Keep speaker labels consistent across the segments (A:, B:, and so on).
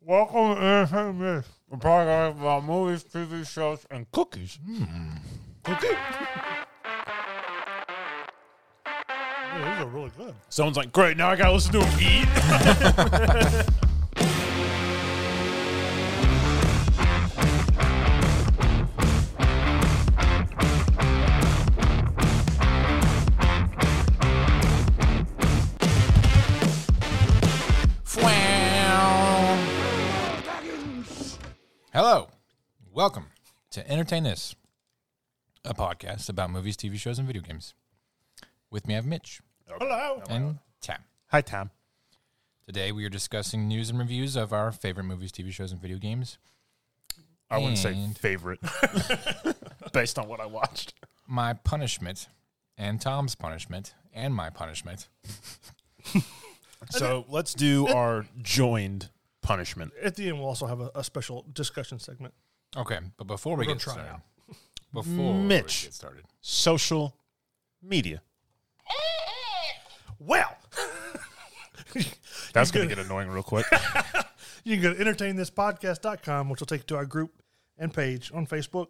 A: Welcome to Anything This, a podcast about movies, TV shows, and cookies.
B: Hmm.
A: Mm. Cookie?
B: Yeah, these are really good.
A: Someone's like, great, now I gotta listen to him eat.
C: Hello. Welcome to Entertain This, a podcast about movies, TV shows, and video games. With me, I have Mitch
B: Hello.
C: and Tam.
B: Hi, Tom.
C: Today, we are discussing news and reviews of our favorite movies, TV shows, and video games.
B: I wouldn't say
C: And-
B: favorite based on what I watched.
C: My punishment and Tom's punishment and my punishment.
B: So let's do our joined punishment.
D: At the end, we'll also have a, a special discussion segment.
C: Okay, but before we
D: We're
C: get
D: gonna try it
C: started, before
B: Mitch.
C: we get started,
B: Social media.
D: Well,
B: That's going to get annoying real quick.
D: you can go to entertainthispodcast.com, which will take you to our group and page on Facebook.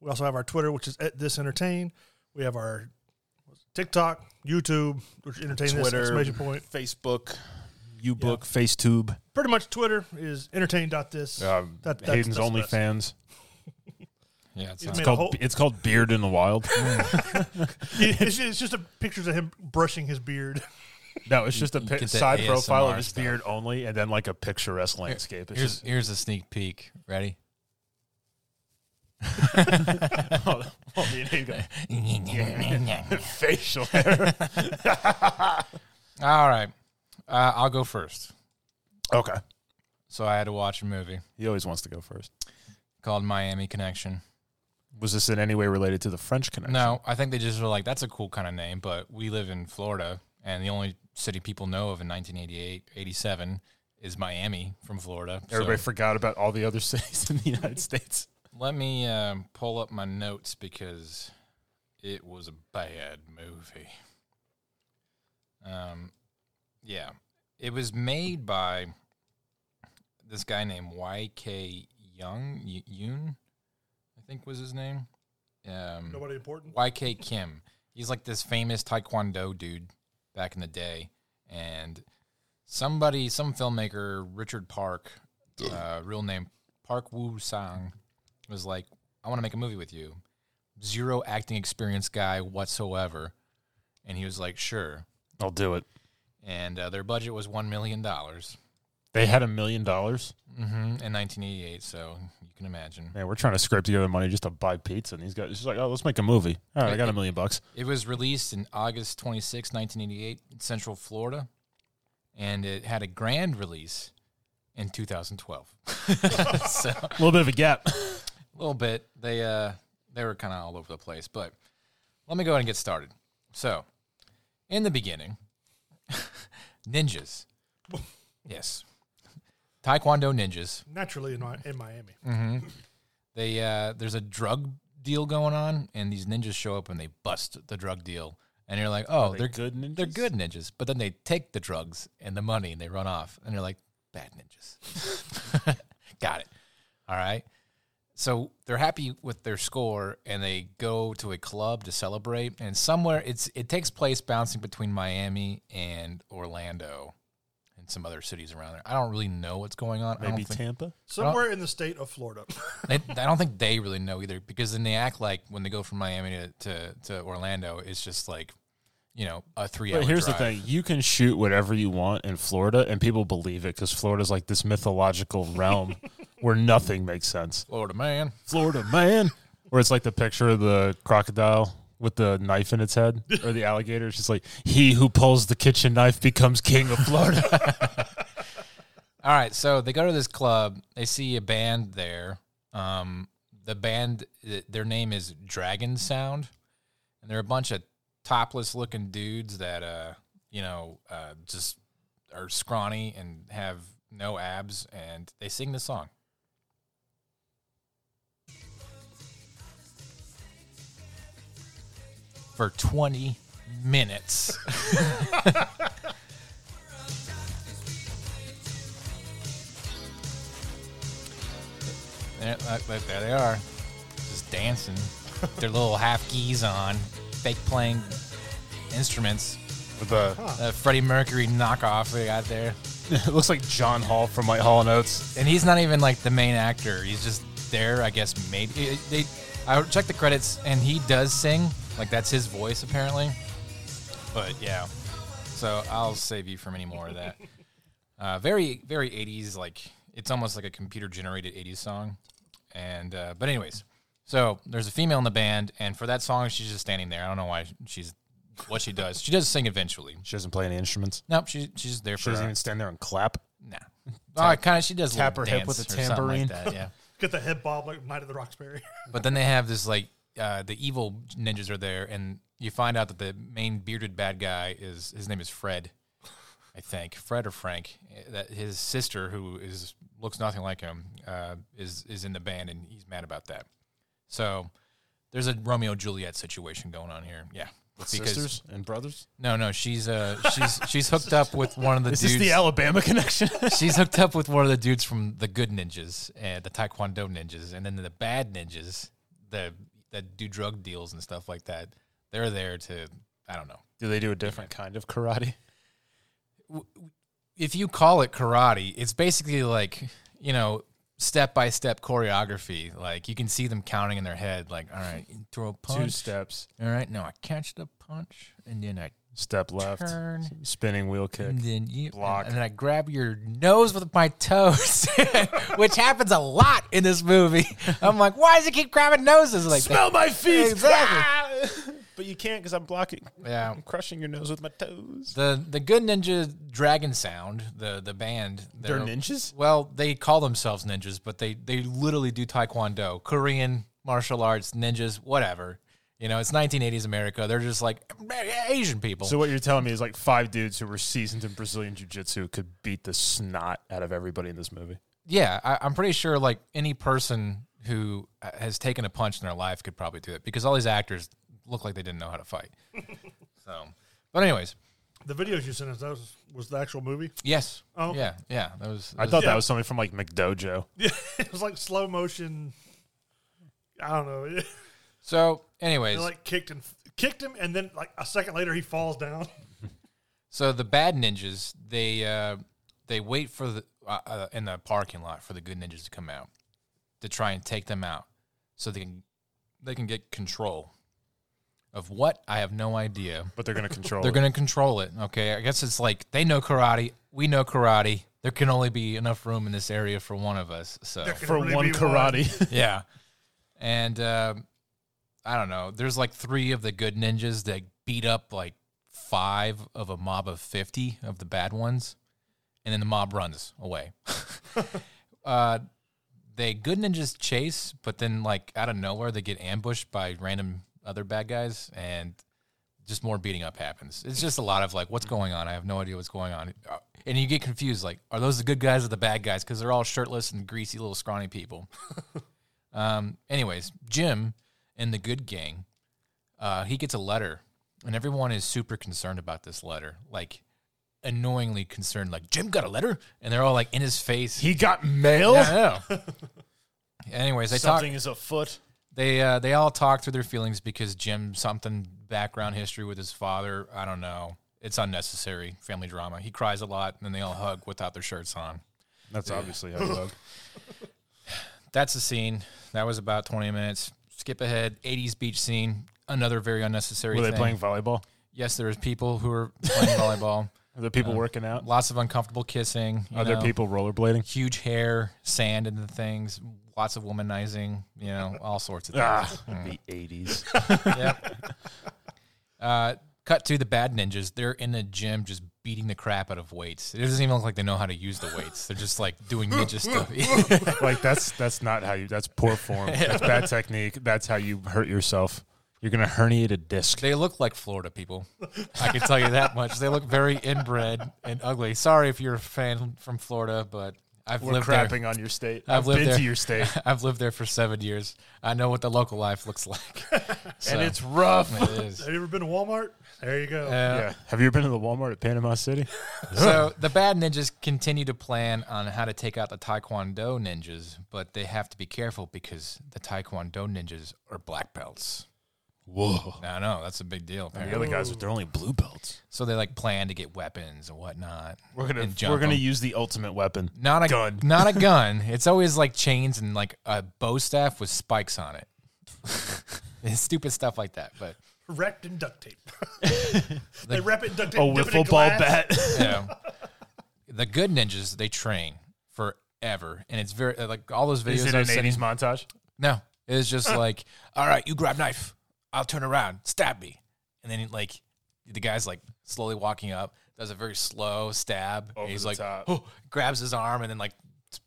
D: We also have our Twitter, which is at this entertain. We have our TikTok, YouTube, which is entertain this
B: Twitter.
D: exclamation point.
B: Facebook, UBook, FaceTube,
D: Pretty much Twitter is entertain.this.
B: um,
D: That- that's-
B: Hayden's
D: that's the best.
B: OnlyFans.
C: yeah, it's not-
D: It's made
B: It's
D: a
B: called,
D: whole-
B: it's called Beard in the Wild.
D: it's, just, it's just a pictures of him brushing his beard.
B: no, it's just a
C: get
B: pi-
C: that
B: side profile of
C: ASMR
B: his
C: stuff.
B: beard only and then like a picturesque landscape. It's
C: here's,
B: just,
C: here's a sneak peek. Ready?
B: oh, me and Hayden go, facial hair.
C: All right, uh, I'll go first.
B: okay.
C: So I had to watch a movie
B: He always wants to go first.
C: called Miami Connection.
B: Was this in any way related to the French Connection?
C: No, I think they just were like, that's a cool kind of name, but we live in Florida, and the only city people know of in 1988, 87 is Miami from Florida. So
B: Everybody forgot about all the other cities in the United States.
C: let me um, pull up my notes because it was a bad movie. Um, yeah, it was made by this guy named Y.K. Young Y- Yoon, I think was his name. Um,
D: Nobody important.
C: YK Kim. He's like this famous Taekwondo dude back in the day. And somebody, some filmmaker, Richard Park, uh, real name Park Woo Sang, was like, I want to make a movie with you. Zero acting experience guy whatsoever. And he was like, sure.
B: I'll do it.
C: And uh, their budget was $1 million mm-hmm,
B: They had a million dollars.
C: in 1988. So you can imagine.
B: Man, we're trying to scrape together money just to buy pizza. And these guys, it's just like, oh, let's make a movie. All right, I got a million bucks.
C: It was released in August 26, 1988, in Central Florida, and it had a grand release in 2012. so a
B: A little bit of a gap.
C: little bit they uh they were kind of all over the place, but let me go ahead and get started. So, in the beginning, ninjas. Yes. Taekwondo ninjas.
D: Naturally, in, Mi- in Miami.
C: they uh, there's a drug deal going on, and these ninjas show up and they bust the drug deal. And you're like, oh,
B: they
C: they are
B: good ninjas?
C: They're good ninjas, but then they take the drugs and the money and they run off, and you're like, bad ninjas. Got it. All right. So they're happy with their score, and they go to a club to celebrate. And somewhere it's it takes place bouncing between Miami and Orlando, and some other cities around there. I don't really know what's going on. I don't
B: Maybe
C: think-
B: Tampa.
D: Somewhere in the state of Florida.
C: they, I don't think they really know either because then they act like when they go from Miami to, to, to Orlando, it's just like, you know, a three hour
B: But here's
C: drive.
B: the thing: you can shoot whatever you want in Florida, and people believe it because Florida's like this mythological realm where nothing makes sense.
C: Florida man.
B: Florida man, where it's like the picture of the crocodile with the knife in its head, or the alligator. It's just like he who pulls the kitchen knife becomes king of Florida.
C: All right. So they go to this club. They see a band there. Um, the band, th- their name is Dragon Sound. And they're a bunch of topless looking dudes that, uh, you know, uh, just are scrawny and have no abs. And they sing this song. For 20 minutes. There, look, look, there they are, just dancing. Their little half geese on, fake playing instruments.
B: With the
C: Uh, Freddie Mercury knockoff they got there,
B: it looks like John Hall from like Hall and Oates.
C: and he's not even like the main actor. He's just there, I guess. Made eh, they, I checked the credits, and he does sing. Like that's his voice apparently. But yeah, so I'll save you from any more of that. Uh, very, very 80s. Like it's almost like a computer generated 80s song. And uh, but anyways, so there's a female in the band, and for that song, she's just standing there. I don't know why she's what she does. She does sing eventually.
B: She doesn't play any instruments.
C: Nope, she, she's there
B: She
C: for
B: doesn't
C: her-
B: even stand there and clap.
C: Nah. oh, kind of. She does
B: Tap
C: little
B: her hip with
C: dance
B: a
C: or something
B: tambourine.
C: Like that, yeah.
D: Get the head bob like Night of the Roxbury.
C: but then they have this like uh, the evil ninjas are there, and you find out that the main bearded bad guy is his name is Fred, I think Fred or Frank. eh, That his sister, who is looks nothing like him, uh, is is in the band, and he's mad about that. So there's a Romeo and Juliet situation going on here. Yeah.
B: Sisters and brothers.
C: No, no, she's uh, she's she's hooked up with one of the
B: Is
C: dudes.
B: this the Alabama connection?
C: She's hooked up with one of the dudes from the good ninjas and the Taekwondo ninjas, and then the bad ninjas, the that do drug deals and stuff like that. They're there to I don't know.
B: Do they do a different kind of karate?
C: If you call it karate, it's basically like you know step by step choreography. Like you can see them counting in their head. Like all right, throw a punch.
B: Two steps,
C: All right, now I catch the punch, and then I
B: step left,
C: turn.
B: spinning wheel kick.
C: And then you
B: Block.
C: And then I grab your nose with my toes, which happens a lot in this movie. I'm like, why does he keep grabbing noses like
B: Smell my feet.
C: Exactly.
B: but you can't because I'm blocking.
C: that? Yeah.
B: I'm crushing your nose with my toes.
C: The the good ninja dragon sound, the the band.
B: They're ninjas?
C: Well, they call themselves ninjas, but they they literally do taekwondo, Korean martial arts, ninjas, whatever. You know, it's 1980s America. They're just like Asian people.
B: So what you're telling me is like five dudes who were seasoned in Brazilian jiu-jitsu could beat the snot out of everybody in this movie.
C: yeah, I, I'm pretty sure like any person who uh, has taken a punch in their life could probably do it because all these actors look like they didn't know how to fight. so, but anyways,
D: the videos you sent us, that was, was the actual movie.
C: yes,
D: Oh.
C: yeah, yeah, that was.
B: I
C: that
B: thought
C: was-
B: that was something from like McDojo.
D: it was like slow motion. I don't know.
C: so. Anyways,
D: They like kicked and kicked him, and then like a second later he falls down.
C: So the bad ninjas, they uh, they wait for the uh, uh, in the parking lot for the good ninjas to come out to try and take them out, so they can they can get control of what I have no idea.
B: But they're gonna control.
C: They're
B: it.
C: going to control it. Okay, I guess it's like they know karate, we know karate. There can only be enough room in this area for one of us. So
D: There can
B: for
D: only
B: one
D: be
B: karate.
C: yeah, and um, I don't know. There's like three of the good ninjas that beat up like five of a mob of fifty of the bad ones, and then the mob runs away. uh, they good ninjas chase, but then like out of nowhere they get ambushed by random other bad guys, and just more beating up happens. It's just a lot of like, what's going on? I have no idea what's going on, Uh, and you get confused. Like, are those the good guys or the bad guys? Because they're all shirtless and greasy little scrawny people. um, anyways, Jim and the good gang, uh, he gets a letter, and everyone is super concerned about this letter, like annoyingly concerned. Like, Jim got a letter, and they're all like in his face.
B: he got mail.
C: Yeah, I know. Oh. Anyways, they talk.
B: Something is afoot.
C: They uh, they all talk through their feelings because Jim something background history with his father. I don't know. It's unnecessary family drama. He cries a lot, and then they all hug without their shirts on.
B: That's obviously how you look.
C: That's the scene. That was about twenty minutes. Skip ahead. Eighties beach scene. Another very unnecessary.
B: Were they
C: thing.
B: playing volleyball?
C: Yes, there was people who were playing volleyball.
B: Are there people working out?
C: Lots of uncomfortable kissing. you
B: Are there
C: know.
B: people rollerblading?
C: Huge hair, sand in the things. Lots of womanizing. You know, all sorts of things.
B: Ah, the eighties.
C: yep. Uh, cut to the bad ninjas. They're in the gym just beating the crap out of weights. It doesn't even look like they know how to use the weights. They're just like doing ninja stuff.
B: like that's that's not how you. That's poor form. That's bad technique. That's how you hurt yourself. You're gonna herniate a disc.
C: they look like Florida people. I can tell you that much. They look very inbred and ugly. Sorry if you're a fan from Florida, but I've
B: We're
C: lived there.
B: crapping on your state.
C: I've
B: I've,
C: lived
B: been
C: there.
B: to your state,
C: I've lived there for seven years. I know what the local life looks like. So,
B: and it's rough.
C: it is.
D: Have you ever been to Walmart? There you go.
C: Uh,
B: Yeah. Have you ever been to the Walmart at Panama City?
C: So the bad ninjas continue to plan on how to take out the Taekwondo ninjas, but they have to be careful because the Taekwondo ninjas are black belts.
B: Whoa.
C: I know that's a big deal.
B: The
C: Apparently.
B: other guys with their only blue belts.
C: So they like plan to get weapons and whatnot.
B: We're gonna
C: and jump
B: we're gonna
C: 'em.
B: use the ultimate weapon.
C: not a
B: gun.
C: not a gun. It's always like chains and like a bow staff with spikes on it. It's stupid stuff like that, but
D: Wrapped in duct tape. they wrap it in duct tape.
B: A
D: dip it in
B: wiffle ball
D: glass.
B: bat.
C: you know, the good ninjas they train forever, and it's very like all those videos.
B: Is it an
C: I was sending-
B: eighties montage?
C: No, it's just like, all right, you grab knife, I'll turn around, stab me, and then like the guy's like slowly walking up, does a very slow stab. and
B: Over
C: he's
B: the
C: like,
B: top.
C: oh, grabs his arm and then like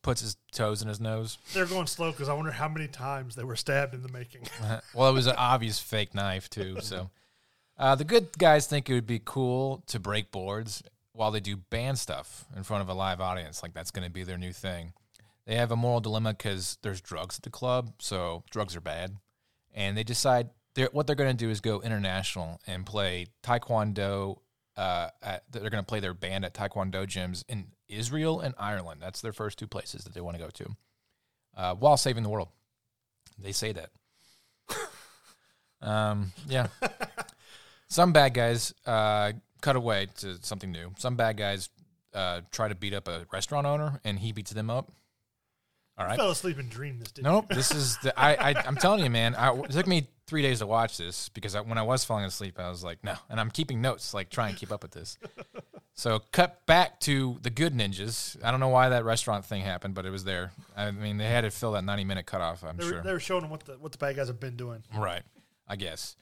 C: puts his toes in his nose.
D: They're going slow because I wonder how many times they were stabbed in the making.
C: well, it was an obvious fake knife too. So uh, the good guys think it would be cool to break boards while they do band stuff in front of a live audience. Like that's going to be their new thing. They have a moral dilemma because there's drugs at the club, so drugs are bad, and they decide they're, what they're going to do is go international and play taekwondo. Uh, at, they're going to play their band at taekwondo gyms in Israel and Ireland. That's their first two places that they want to go to, uh, while saving the world. They say that. Um, yeah. Some bad guys uh, cut away to something new. Some bad guys uh, try to beat up a restaurant owner, and he beats them up. All
D: I
C: right.
D: fell asleep and dreamed this, didn't
C: Nope. This is the I, I I'm telling you, man. I, it took me three days to watch this because I, when I was falling asleep, I was like, no. And I'm keeping notes, like trying to keep up with this. So cut back to the good ninjas. I don't know why that restaurant thing happened, but it was there. I mean, they had to fill that 90 minute cutoff. I'm
D: They
C: sure.
D: were, they were showing them what the, what the bad guys have been doing.
C: Right. I guess.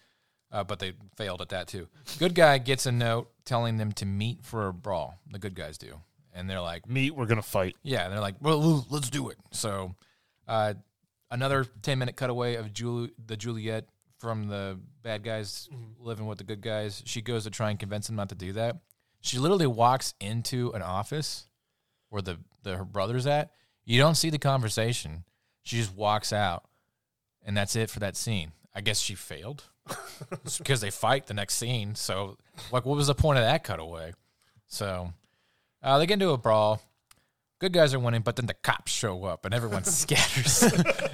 C: Uh, but they failed at that too. Good guy gets a note telling them to meet for a brawl. The good guys do. And they're like,
B: Meat, we're gonna fight.
C: yeah, they're like, well, l- let's do it. So, uh, another 10 minute cutaway of Jul- the Juliet from the bad guys living with the good guys. She goes to try and convince them not to do that. She literally walks into an office where the, the her brother's at. You don't see the conversation. She just walks out, and that's it for that scene. I guess she failed because they fight the next scene. So, like, what was the point of that cutaway? So, uh, they get into a brawl. Good guys are winning, but then the cops show up and everyone scatters.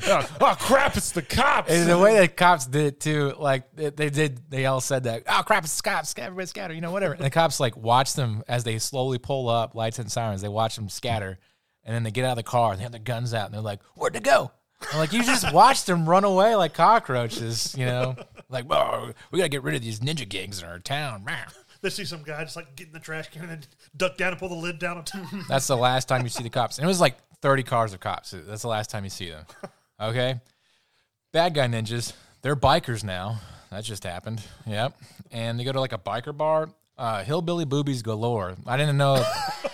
B: oh, oh, crap! It's the cops.
C: and the way that cops did it too, like they, they did, they all said that. Oh crap! It's the cops! scat- Everybody scatter! You know whatever. And the cops like watch them as they slowly pull up, lights and sirens. They watch them scatter, and then they get out of the car and they have their guns out and they're like, "Where'd they go?" I'm like, "You just watched them run away like cockroaches," you know? Like, oh, we gotta get rid of these ninja gangs in our town.
D: They see some guy just like get in the trash can and then duck down and pull the lid down.
C: That's the last time you see the cops. And it was like 30 cars of cops. That's the last time you see them. Okay. Bad guy ninjas. They're bikers now. That just happened. Yep. And they go to like a biker bar. Uh, hillbilly boobies galore. I didn't know.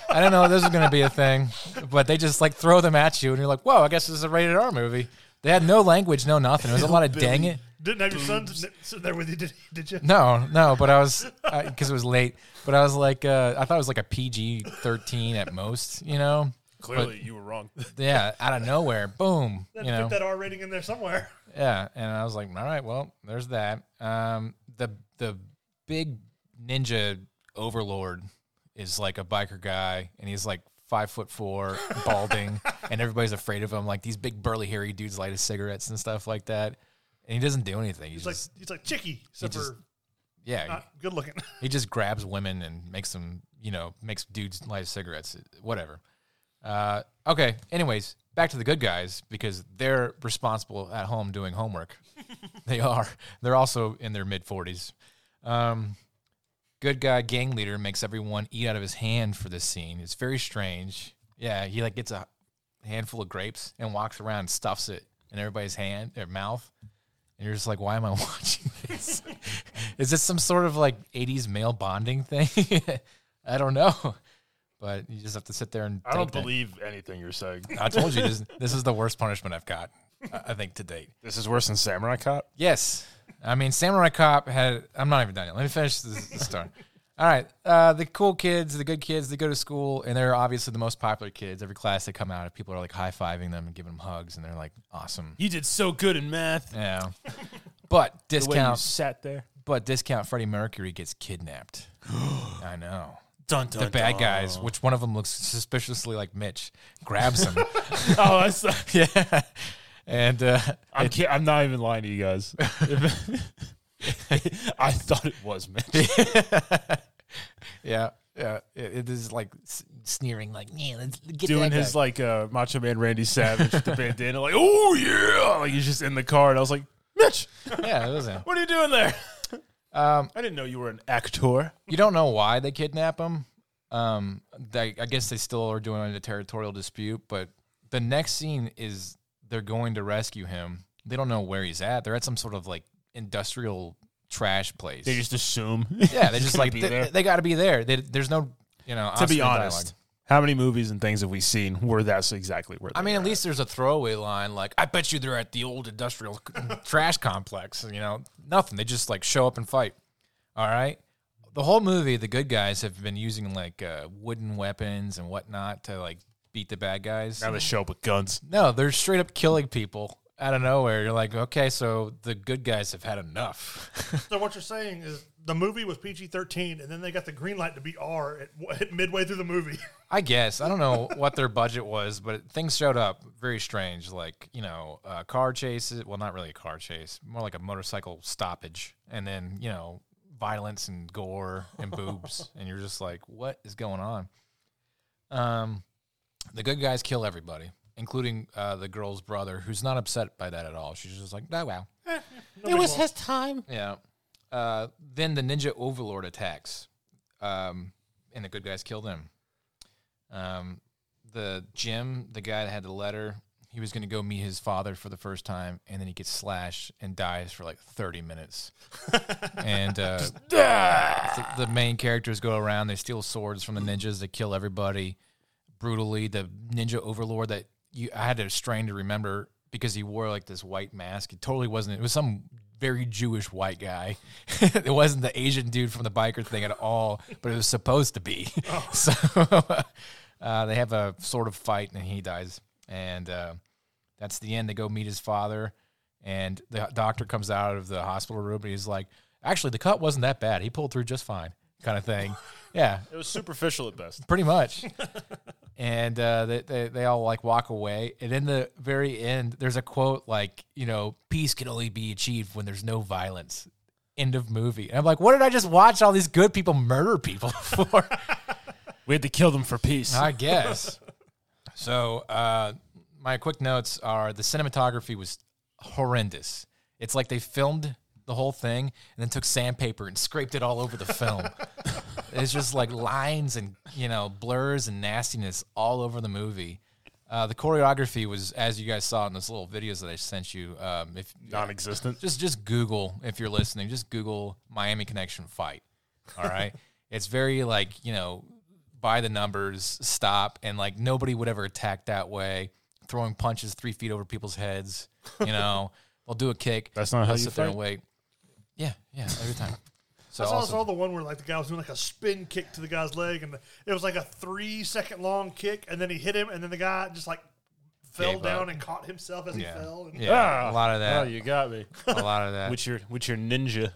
C: I didn't know this was going to be a thing, but they just like throw them at you, and you're like, "Whoa, I guess this is a rated R movie." They had no language, no nothing. It was a lot of dang it.
D: Didn't have your son sitting there with you, did, did you?
C: No, no, but I was because it was late. But I was like, uh, I thought it was like a PG thirteen at most, you know.
B: Clearly, you were wrong.
C: yeah, out of nowhere, boom, you
D: They had to
C: know,
D: Put that R rating in there somewhere.
C: yeah. And I was like, all right, well, there's that. Um, the the big ninja overlord is like a biker guy, and he's like five foot four, balding, and everybody's afraid of him. Like these big burly hairy dudes light his cigarettes and stuff like that, and he doesn't do anything. He's
D: He's like
C: just
D: he's like Chicky, except
C: just-
D: for
C: yeah,
D: not good looking.
C: he just grabs women and makes them, you know, makes dudes light cigarettes, whatever. Uh, okay. Anyways, back to the good guys because they're responsible at home doing homework. they are. They're also in their mid forties. Um, good guy gang leader makes everyone eat out of his hand for this scene. It's very strange. Yeah, he like gets a handful of grapes and walks around and stuffs it in everybody's hand, their mouth. And you're just like, why am I watching this? Is this some sort of like 80s male bonding thing? I don't know. But you just have to sit there and
B: I don't
C: take that.
B: believe anything you're saying.
C: I told you this, this is the worst punishment I've got, I I think, to date.
B: This is worse than Samurai Cop.
C: Yes. I mean, Samurai Cop had. I'm not even done yet. Let me finish this, this story. All right. Uh, the cool kids, the good kids, they go to school, and they're obviously the most popular kids. Every class they come out of, people are like high fiving them and giving them hugs, and they're like, awesome.
B: You did so good in math.
C: Yeah. But
B: The way you
C: discount,
B: sat there.
C: but discount Freddie Mercury gets kidnapped. I know.
B: Dun, dun,
C: The bad
B: dun.
C: guys, which one of them looks suspiciously like Mitch, grabs him.
B: Oh, that's
C: yeah. And uh,
B: I'm, ki- I'm not even lying to you guys. I thought it was Mitch.
C: yeah, yeah, it, it is like s- sneering, like, yeah, let's get
B: Doing
C: that
B: his
C: guy."
B: like uh, Macho Man Randy Savage with the bandana, like, oh yeah. Like he's just in the car. And I was like, Mitch,
C: Yeah, it was him.
B: what are you doing there?
C: Um,
B: I didn't know you were an actor.
C: you don't know why they kidnap him. Um, they, I guess they still are doing a territorial dispute, but the next scene is they're going to rescue him. They don't know where he's at. They're at some sort of like industrial trash place.
B: They just assume.
C: yeah, they just
B: gonna
C: like
B: be
C: they,
B: there.
C: got to be there. They, there's no you know
B: to
C: Oscar
B: be
C: dialogue.
B: honest, how many movies and things have we seen where that's exactly where?
C: I
B: they
C: mean, at
B: are?
C: least there's a throwaway line like, "I bet you they're at the old industrial trash complex." You know, nothing. They just like show up and fight. All right. The whole movie, the good guys have been using like uh, wooden weapons and whatnot to like beat the bad guys.
B: now they show up with guns.
C: No, they're straight up killing people out of nowhere. You're like, okay, so the good guys have had enough.
D: So what you're saying is the movie was PG-13, and then they got the green light to be R at, at midway through the movie.
C: I guess I don't know what their budget was, but things showed up very strange. Like you know, uh, car chases. Well, not really a car chase, more like a motorcycle stoppage, and then you know, violence and gore and boobs, and you're just like, what is going on? Um, the good guys kill everybody, including uh, the girl's brother, who's not upset by that at all. She's just like, oh wow,
D: it was his.
C: yeah. Uh, then the ninja overlord attacks, um, and the good guys kill them. Um, the Jim, the guy that had the letter, he was going to go meet his father for the first time, and then he gets slashed and dies for like thirty minutes. and uh, the- the main characters go around, they steal swords from the ninjas, they kill everybody brutally. The ninja overlord that you I had to strain to remember because he wore like this white mask. It totally wasn't. It was some very Jewish white guy. it wasn't the Asian dude from the biker thing at all, but it was supposed to be.
B: Oh.
C: So uh, they have a sort of fight, and he dies. And uh, that's the end. They go meet his father, and the doctor comes out of the hospital room, and he's like, "Actually, the cut wasn't that bad. He pulled through just fine." Kind of thing. Yeah,
B: It was superficial at best.
C: pretty much. and uh, they, they they all like walk away, and in the very end, there's a quote like, you know, peace can only be achieved when there's no violence. End of movie. And I'm like, what did I just watch? All these good people murder people for?
B: We had to kill them for peace.
C: I guess. So uh, my quick notes are the cinematography was horrendous. It's like they filmed the whole thing and then took sandpaper and scraped it all over the film. it's just like lines and you know blurs and nastiness all over the movie. Uh, the choreography was, as you guys saw in those little videos that I sent you. Um, if
B: Non-existent.
C: just just Google if you're listening. Just Google Miami Connection fight. All right, it's very like you know by the numbers. Stop and like nobody would ever attack that way. Throwing punches three feet over people's heads. You know they'll do a kick.
B: That's not
C: they'll
B: how you
C: sit there and
B: fight?
C: wait. Yeah, yeah, every time. So
D: I saw, saw
C: also,
D: the one where like the guy was doing like a spin kick to the guy's leg, and it was like a three-second long kick, and then he hit him, and then the guy just like fell
C: Gave up.
D: down and caught himself as
C: yeah,
D: he fell. And
C: yeah, a lot of
B: Oh,
C: that,
B: you got me.
C: a lot of that.
B: With your with your ninja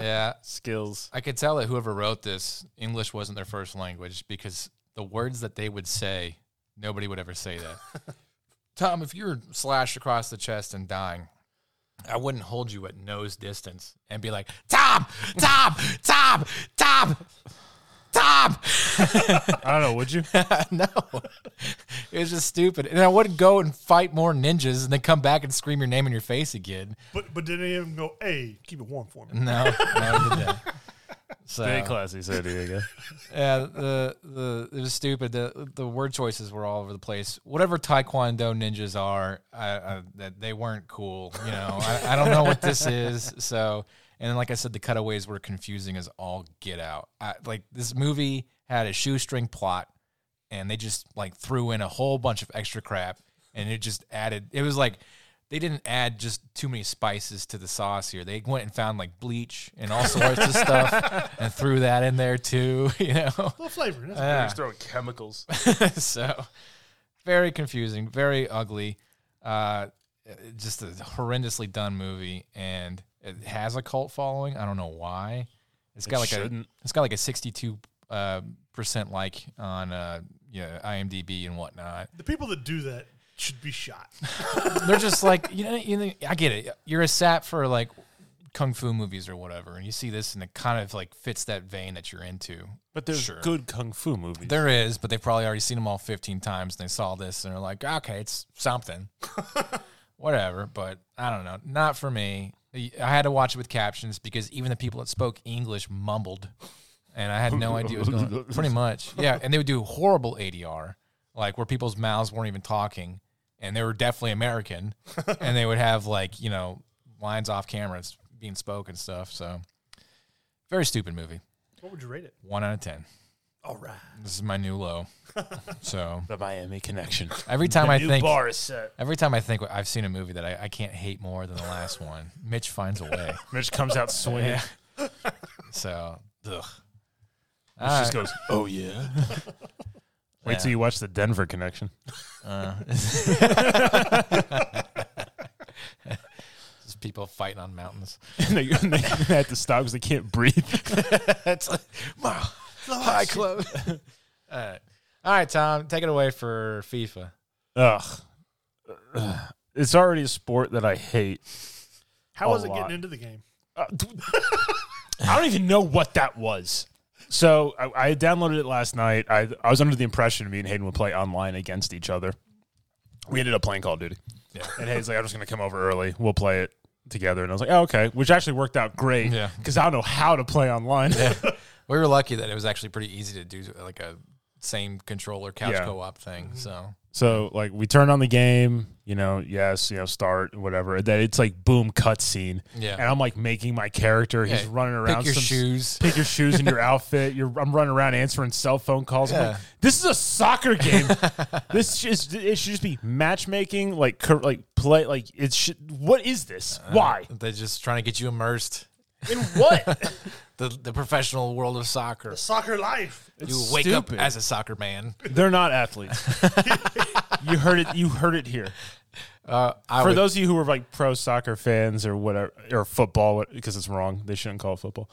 C: Yeah,
B: skills.
C: I could tell that whoever wrote this, English wasn't their first language because the words that they would say, nobody would ever say that. Tom, if you were slashed across the chest and dying, I wouldn't hold you at nose distance and be like, Tom, Tom, Tom, Tom, Tom.
B: I don't know. Would you?
C: no, it was just stupid. And I wouldn't go and fight more ninjas and then come back and scream your name in your face again.
D: But but didn't even go. Hey, keep it warm for me.
C: No, no, I did that. So,
B: Stay classy, San Diego.
C: Yeah, the the it was stupid. The the word choices were all over the place. Whatever Taekwondo ninjas are, I, I, that they weren't cool. You know, I, I don't know what this is. So, and then, like I said, the cutaways were confusing as all get out. I, like this movie had a shoestring plot, and they just like threw in a whole bunch of extra crap, and it just added. It was like they didn't add just too many spices to the sauce here. They went and found like bleach and all sorts of stuff and threw that in there too, you know.
D: little flavor. That's
C: Yeah.
B: throwing chemicals.
C: so very confusing, very ugly. Uh, just a horrendously done movie, and it has a cult following. I don't know why. It's got
B: It
C: like
B: shouldn't.
C: a it's got like a sixty two uh, percent like on uh, yeah IMDb and whatnot.
D: the people that do that should be shot.
C: They're just like you know, you know I get it. You're a sap for like kung fu movies or whatever, and you see this and it kind of like fits that vein that you're into.
B: But there's
C: Sure.
B: good kung fu movies.
C: There is, but they've probably already seen them all 15 times and they saw this and they're like, okay, it's something. Whatever, but I don't know. Not for me. I had to watch it with captions because even the people that spoke English mumbled and I had no idea what was going on. Pretty much. Yeah. And they would do horrible ADR, like where people's mouths weren't even talking and they were definitely American and they would have like, you know, lines off cameras being spoken and stuff. So very stupid movie.
D: What would you rate it?
C: One out of 10.
D: All right.
C: This is my new low. so
B: the Miami Connection.
C: every time I think,
B: is set.
C: every time I think I've seen a movie that I, I can't hate more than the last one, Mitch finds a way.
B: Mitch comes out swinging.
C: Yeah. So, ugh.
B: Mitch just goes, "Oh yeah." Wait
C: Yeah.
B: till you watch the Denver Connection.
C: Uh, just people fighting on mountains.
B: and they, and they have to stop because they can't breathe.
C: That's like, wow. High close. All right. All right, Tom, take it away for FIFA.
B: Ugh. Ugh. It's already a sport that I hate.
D: How
B: A
D: was it
B: lot.
D: getting into the game?
B: I don't even know what that was. So I, I downloaded it last night. I, I was under the impression me and Hayden would play online against each other. We ended up playing Call of Duty. And Hayden's like, I'm just going to come over early. We'll play it together. And I was like, oh, okay, which actually worked out great
C: Yeah.
B: because I don't know how to play online.
C: We were lucky that it was actually pretty easy to do like a same controller couch
B: Yeah. Mm-hmm.
C: co-op thing. So,
B: So like we turn on the game, you know, yes, you know, start whatever. Then it's like boom cutscene.
C: Yeah.
B: And I'm like making my character. He's
C: Yeah.
B: running around.
C: pick your
B: some-
C: shoes.
B: Pick your shoes and your outfit. You're, I'm running around answering cell phone calls. I'm like,
C: Yeah.
B: this is a soccer game. this is it should just be matchmaking, like cur- like play, like it should. What is this?
C: Uh-huh.
B: Why
C: They're just trying to get you immersed
B: in what?
C: the the professional world of soccer.
D: Soccer life.
C: You wake
B: stupid.
C: up as a soccer man.
B: They're not athletes. you heard it. You heard it here.
C: Uh, I
B: for
C: would,
B: those of you who are like pro soccer fans or whatever or football what- because it's wrong they shouldn't call it football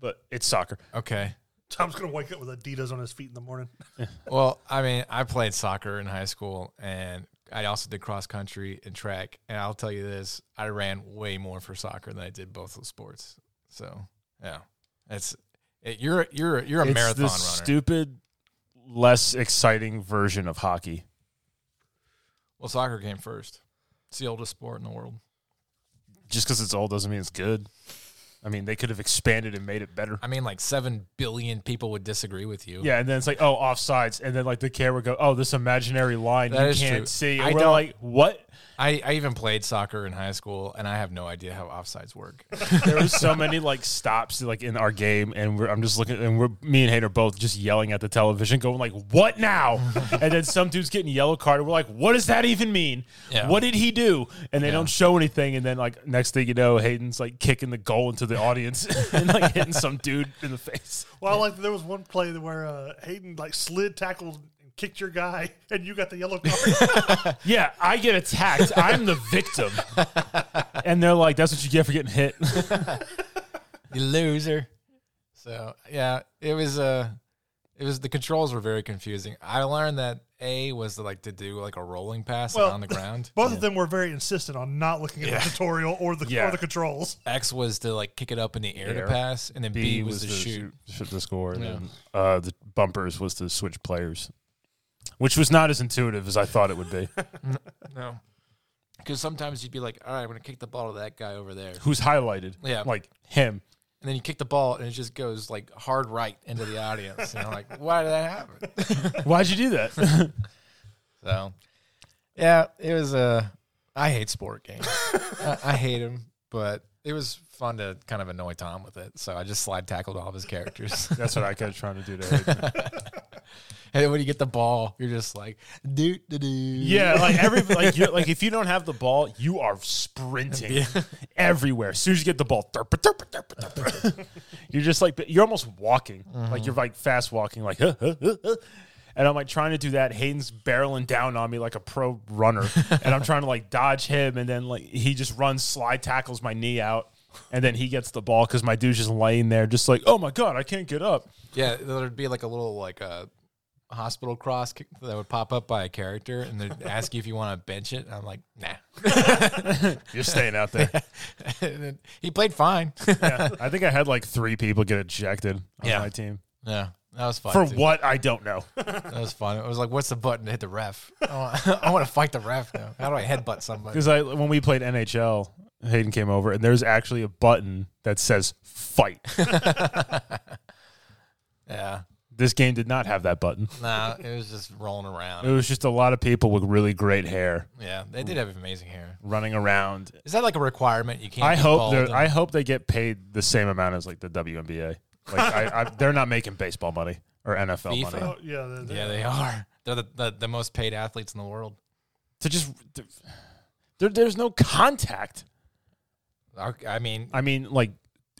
B: but it's soccer
C: okay.
D: Tom's gonna wake up with Adidas on his feet in the morning.
C: Well, I mean, I played soccer in high school, and I also did cross country and track. And I'll tell you this: I ran way more for soccer than I did both of sports. So, yeah, it's it, you're you're you're a
B: it's
C: marathon
B: the
C: runner.
B: stupid less exciting version of hockey
C: well, soccer came first. It's the oldest sport in the world.
B: just because it's old doesn't mean it's good i mean they could have expanded and made it better
C: I mean, like seven billion people would disagree with you.
B: yeah and then it's like oh offsides and then like the camera go oh this imaginary line
C: That
B: you
C: is
B: can't
C: true.
B: see
C: I
B: and we're
C: don't-
B: like what
C: I, I even played soccer in high school, and I have no idea how offsides work.
B: there was so many like stops like in our game, and we're I'm just looking, and we're me and Hayden are both just yelling at the television, going like, "What now?" and then some dude's getting yellow card, and we're like, "What does that even mean?
C: Yeah.
B: What did he do?" And they don't show anything, and then like next thing you know, Hayden's like kicking the goal into the audience and like hitting some dude in the face.
D: Well, I like there was one play where uh, Hayden like slid, tackled, and kicked your guy, and you got the yellow card.
B: Yeah, I get attacked. I'm the victim, and they're like, "That's what you get for getting hit."
C: you loser. So yeah, it was uh it was the controls were very confusing. I learned that A was to, like to do like a rolling pass
D: Well,
C: on the ground.
D: Both of them were very insistent on not looking at the tutorial or the
B: Yeah.
D: or the controls.
C: X was to like kick it up in the air,
B: Air.
C: to pass, and then B, was, to
B: the
C: shoot.
B: the score, and
C: Yeah.
B: then uh, the bumpers was to switch players, which was not as intuitive as I thought it would be.
C: No, because sometimes you'd be like, all right, I'm gonna kick the ball to that guy over there,
B: Who's highlighted?
C: Yeah.
B: like him.
C: and then you kick the ball and it just goes like hard right into the audience. and I'm like, why did that happen?
B: Why'd you do that?
C: So, yeah, it was a. I hate sport games. I, I hate them, but it was fun to kind of annoy Tom with it. So I just slide tackled all of his characters.
B: That's what I kept trying to do. To Hayden.
C: And then when you get the ball, you're just like, doo doo doo.
B: Yeah, like every like you like if you don't have the ball, you are sprinting everywhere. As soon as you get the ball, derp, derp, derp, derp, derp. you're just like you're almost walking, like you're like fast walking, like. huh, huh, huh, huh. And I'm like trying to do that. Hayden's barreling down on me like a pro runner, and I'm trying to like dodge him, and then like he just runs, slide tackles my knee out, and then he gets the ball because my dude's just laying there, just like, oh my god, I can't get up.
C: Yeah, there'd be like a little like a hospital cross c- that would pop up by a character, and they'd ask you if you want to bench it. And I'm like, nah.
B: You're staying out there.
C: and then he played fine.
B: yeah, I think I had like three people get ejected on
C: Yeah.
B: my team.
C: yeah, that was fun.
B: For
C: too.
B: what I don't know.
C: That was fun. It was like, what's the button to hit the ref? I want, I want to fight the ref now. How do I headbutt somebody?
B: Because I when we played NHL, Hayden came over and there's actually a button that says fight.
C: Yeah,
B: this game did not have that button.
C: nah, it was just rolling
B: It
C: around.
B: was just a lot of people with really great hair
C: Yeah, they did have amazing hair.
B: running around.
C: Is that like a requirement? You can't.
B: I
C: be
B: hope
C: bald
B: they
C: and-
B: I hope they get paid the same amount as like the WNBA. Like I, I, they're not making baseball money or NFL money.
C: FIFA?
D: Oh, yeah, the- the-
C: Yeah, they are. They're the, the, the most paid athletes in the world.
B: To just there, there's no contact.
C: Our- I mean,
B: I mean, like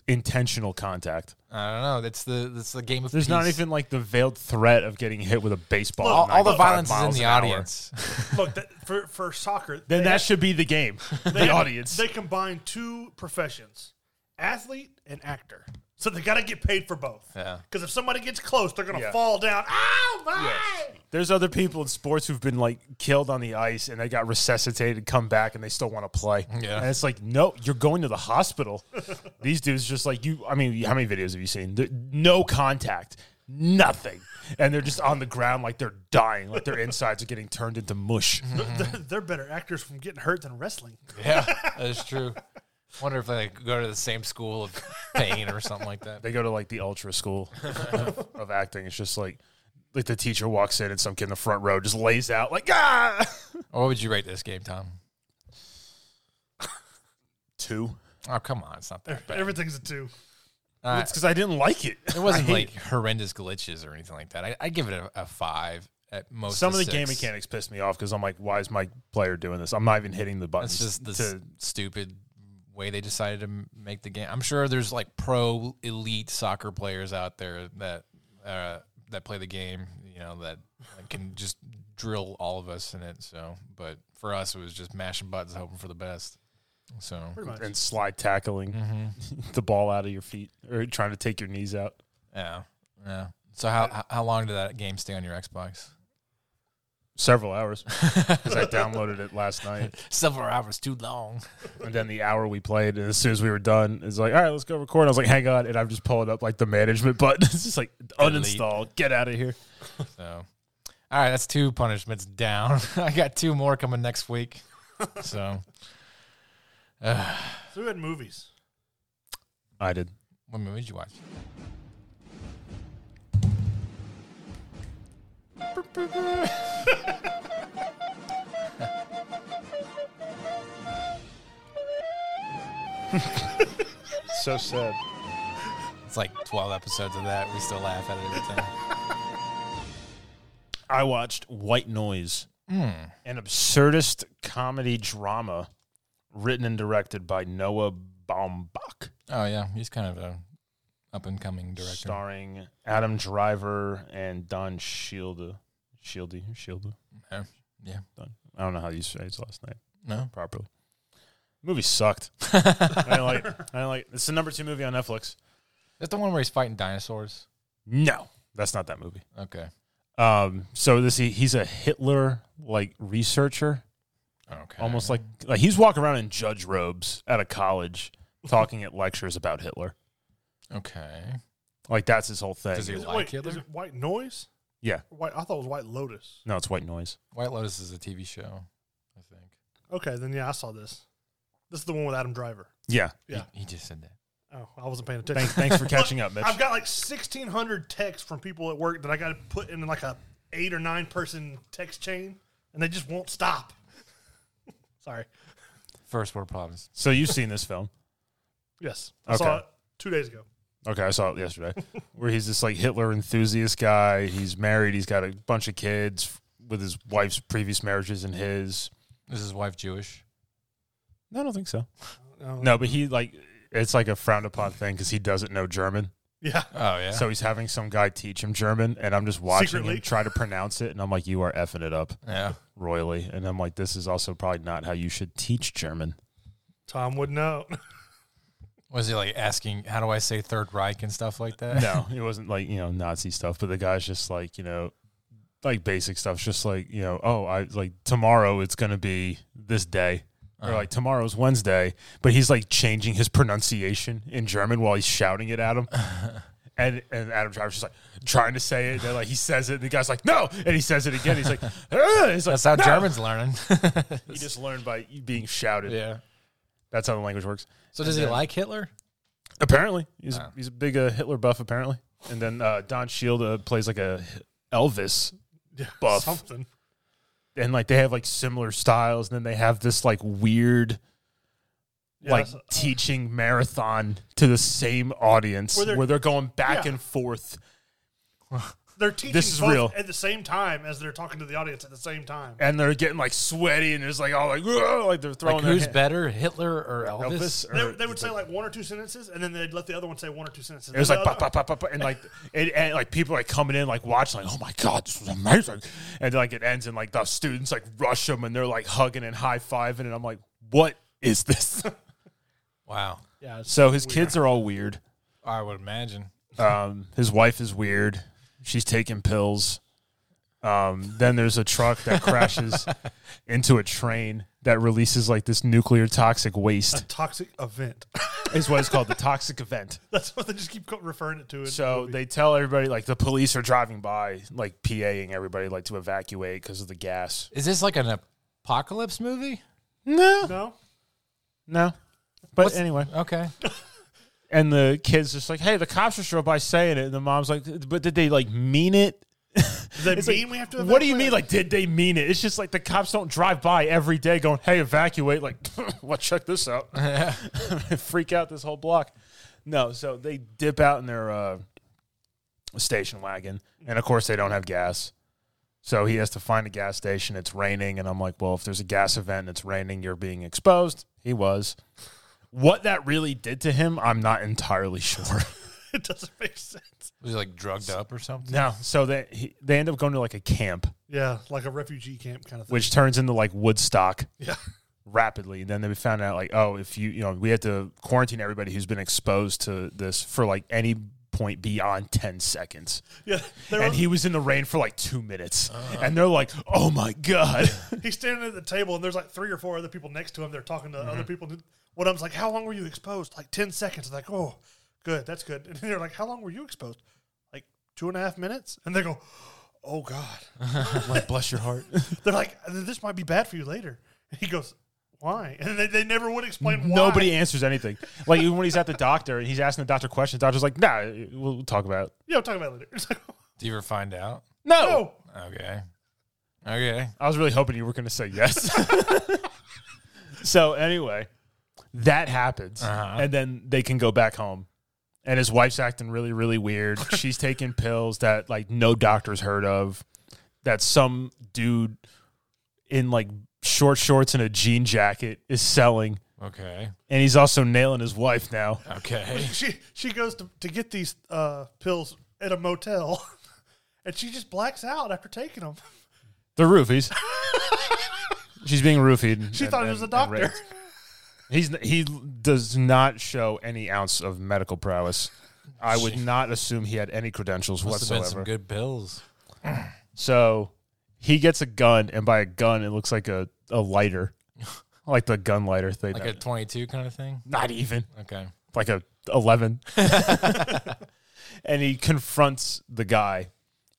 B: intentional contact.
C: I don't know. That's the that's the game of.
B: There's not
C: peace.
B: even like the veiled threat of getting hit with a baseball.
C: all,
B: at
C: all the
B: 95
C: violence is in
B: miles
C: the
B: an hour.
C: audience.
D: Look, that, for for soccer,
B: Then
D: they
B: that
D: have-
B: should be the game.
D: they-
B: the audience.
D: They combine two professions, athlete and actor. So they got to get paid for both.
C: Yeah.
D: Because if somebody gets close, they're gonna
B: Yeah.
D: fall down. Ow! my!
B: There's other people in sports who've been like killed on the ice and they got resuscitated, come back, and they still want to play.
C: Yeah.
B: And it's like, no, you're going to the hospital. These dudes just like you. I mean, how many videos have you seen? There- no contact, nothing, and they're just on the ground like they're dying, like their insides are getting turned into mush.
D: They're, they're better actors from getting hurt than wrestling.
C: yeah, that's true. Wonder if they go to the same school of pain or something like that.
B: they go to like the ultra school of, of acting. It's just like like the teacher walks in and some kid in the front row just lays out like ah
C: Or what would you rate this game, Tom?
B: two.
C: Oh, come on, it's not that bad.
D: Everything's a two.
C: Uh,
B: It's because I didn't like it.
C: it wasn't like horrendous glitches or anything like that. I, I give it a, a five at most.
B: some
C: a
B: of the game
C: six.
B: mechanics pissed me off because I'm like, why is my player doing this? I'm not even hitting the buttons.
C: It's just the s-
B: to,
C: stupid way they decided to m- make the game. I'm sure there's like pro elite soccer players out there that uh, that play the game, you know, that like, can just drill all of us in it. So, but for us, it was just mashing buttons, hoping for the best. So,
D: Pretty much.
B: and slide tackling
C: Mm-hmm.
B: the ball out of your feet or trying to take your knees out.
C: yeah, yeah. So how how- how long did that game stay on your Xbox?
B: Several hours because I downloaded it last night,
C: Several hours too long.
B: and then the hour we played, and as soon as we were done, it's like, all right, let's go record. I was like, hang on, and I'm just pulling up like the management button. It's just like uninstall, get out of here.
C: So, all right, that's two punishments down. I got two more coming next week. So,
D: So we had movies.
B: I did.
C: what movie did you watch?
B: So sad.
C: It's like 12 episodes of that. We still laugh at it every time.
B: I watched White Noise,
C: Hmm.
B: an absurdist comedy drama written and directed by Noah Baumbach,
C: Oh, yeah. He's kind of a up and coming director.
B: starring Adam Driver and Don Shielda. Shieldy, Shielda.
C: Yeah. Yeah.
B: Don. I don't know how you say his last name
C: No?
B: properly. Movie sucked. I didn't like. it. I didn't like. it. It's the number two movie on Netflix.
C: That's the one where he's fighting dinosaurs.
B: No, that's not that movie.
C: Okay.
B: Um, so this he, he's a Hitler like researcher.
C: Okay.
B: almost like like he's walking around in judge robes at a college talking at lectures about Hitler.
C: Okay.
B: Like that's his whole thing.
C: Does he-
D: Is it,
C: like
D: wait,
C: Hitler?
D: is it White Noise?
B: Yeah.
D: White, I thought it was White Lotus.
B: No, it's white noise.
C: White Lotus is a TV show, I think.
D: Okay, then yeah, I saw this. This is the one with Adam Driver.
B: Yeah.
D: Yeah.
C: He, he just said that.
D: Oh, I wasn't paying attention.
B: Thanks thanks for catching up, Mitch.
D: I've got like 1,600 texts from people at work that I got to put in like a eight or nine person text chain, and they just won't stop. Sorry.
C: First world problems.
B: So you've seen this film.
D: Yes. I saw
B: Okay.
D: it two days ago.
B: Okay, I saw it yesterday, where he's this like Hitler enthusiast guy. He's married. He's got a bunch of kids with his wife's previous marriages and his.
C: Is his wife Jewish?
B: No, I don't think so.
D: No.
B: No, but he like it's like a frowned upon thing because he doesn't know German.
D: Yeah.
C: Oh yeah.
B: So he's having some guy teach him German, and I'm just watching
D: Secretly.
B: him try to pronounce it, and I'm like, you are effing it up
C: yeah.
B: royally, and I'm like, this is also probably not how you should teach German.
D: Tom would know.
C: Was he like asking how do I say Third Reich and stuff like that?
B: No, it wasn't like you know Nazi stuff, but the guy's just like you know, like basic stuff. It's just like you know, oh, I like tomorrow it's gonna be this day. Or like tomorrow's Wednesday, but he's like changing his pronunciation in German while he's shouting it at him, and and Adam Driver's just like trying to say it. They're like he says it, and the guy's like no, and he says it again. He's like, "Ugh," he's like
C: That's how
B: "No."
C: German's learning.
B: He just learned by being shouted. That's how the language works.
C: So does he
B: And then-
C: like Hitler?
B: Apparently, he's he's a big uh, Hitler buff. Apparently, and then uh, Don Shield uh, plays like a Elvis,
D: Yeah,
B: Buff.
D: Something.
B: and like they have like similar styles, and then they have this like weird
D: Yeah,
B: like
D: that's- uh,
B: teaching marathon to the same audience
D: Where
B: where they're,
D: they're-
B: going back
D: Yeah.
B: and forth
D: They're teaching
B: This is
D: both
B: real.
D: at the same time as they're talking to the audience at the same time.
B: and they're getting like sweaty and it's like all like "Whoa," like they're throwing
C: Like who's
B: their hand-
C: better, Hitler or Elvis?
B: Elvis
D: They,
B: or-
D: they would say like one or two sentences, and then they'd let the other one say one or two sentences.
B: It was
D: Then
B: like
D: the
B: pop,
D: other-
B: pop, pop, pop, pop, and like it, and like people like coming in like watching like oh my god this was amazing, and like it ends and like the students like rush them and they're like hugging and high fiving and I'm like what is this?
C: Wow.
D: Yeah, it's-
B: so his kids are all weird.
C: I would imagine.
B: Um, his wife is weird. She's taking pills. Um, then there's a truck that crashes into a train that releases like this nuclear toxic
D: a
B: waste.
D: toxic event.
B: is what it's called the toxic event.
D: That's what they just keep co- referring it to. in the
B: So
D: movie.
B: they tell everybody, like the police are driving by, like PAing everybody, like to evacuate because of the gas.
C: Is this like an apocalypse movie?
B: No,
D: no.
B: no. But
C: What's-
B: anyway,
C: Okay.
B: and the kids just like, hey, the cops just drove by saying it, and the mom's like, but did they like mean it?
D: Does that
B: It's
D: mean
B: like,
D: we have to?
B: What do you
D: evacuate?
B: mean? Like, did they mean it? It's just like the cops don't drive by every day going, "Hey, evacuate!" Like, well, check this out. Freak out this whole block. No, so they dip out in their uh, station wagon, and of course they don't have gas. So he has to find a gas station. It's raining, and I'm like, well, if there's a gas event and it's raining, you're being exposed. He was. What that really did to him, I'm not entirely sure.
D: it doesn't make sense.
C: Was he like drugged up or something?
B: no, so they he, they end up going to like a camp,
D: Yeah, like a refugee camp kind of thing.
B: which turns into like Woodstock.
D: yeah,
B: rapidly. And then they found out like, oh, if you you know, we have to quarantine everybody who's been exposed to this for like any point beyond 10 seconds.
D: yeah. They were-
B: And he was in the rain for like 2 minutes. And they're like, "Oh my god."
D: he's standing at the table, and there's like three or four other people next to him. They're talking to
B: Mm-hmm.
D: other people. One of them's like, "How long were you exposed? Like ten seconds." like, "Oh, good, that's good." And they're like, "How long were you exposed? Like two and a half minutes?" And they go, "Oh God."
B: like, bless your heart.
D: They're like, "This might be bad for you later." And he goes, "Why?" And they, they never would explain why.
B: Nobody answers anything. Like even when he's at the doctor and he's asking the doctor questions, the doctor's like, "Nah, we'll talk about it."
D: Yeah, we'll talk about it later. It's like,
C: Do you ever find out?
B: No.
D: oh,
C: Okay. Okay.
B: I was really hoping you were going to say yes. so anyway, that happens,
C: Uh-huh.
B: and then they can go back home. And his wife's acting really, really weird. She's taking pills that like no doctor's heard of. That some dude in like short shorts and a jean jacket is selling,
C: Okay.
B: and he's also nailing his wife now.
C: Okay.
D: she she goes to, to get these uh, pills at a motel, and she just blacks out after taking them.
B: They're roofies. She's being roofied.
D: She
B: and-
D: thought it was a
B: and- and
D: doctor.
B: raped. He's he does not show any ounce of medical prowess. I would not assume he had any credentials
C: Must have been some
B: whatsoever.
C: good pills.
B: So he gets a gun, and by a gun, it looks like a, a lighter, like the gun lighter thing.
C: Like a 22 kind of thing?
B: not even
C: Okay.
B: like a eleven. and he confronts the guy,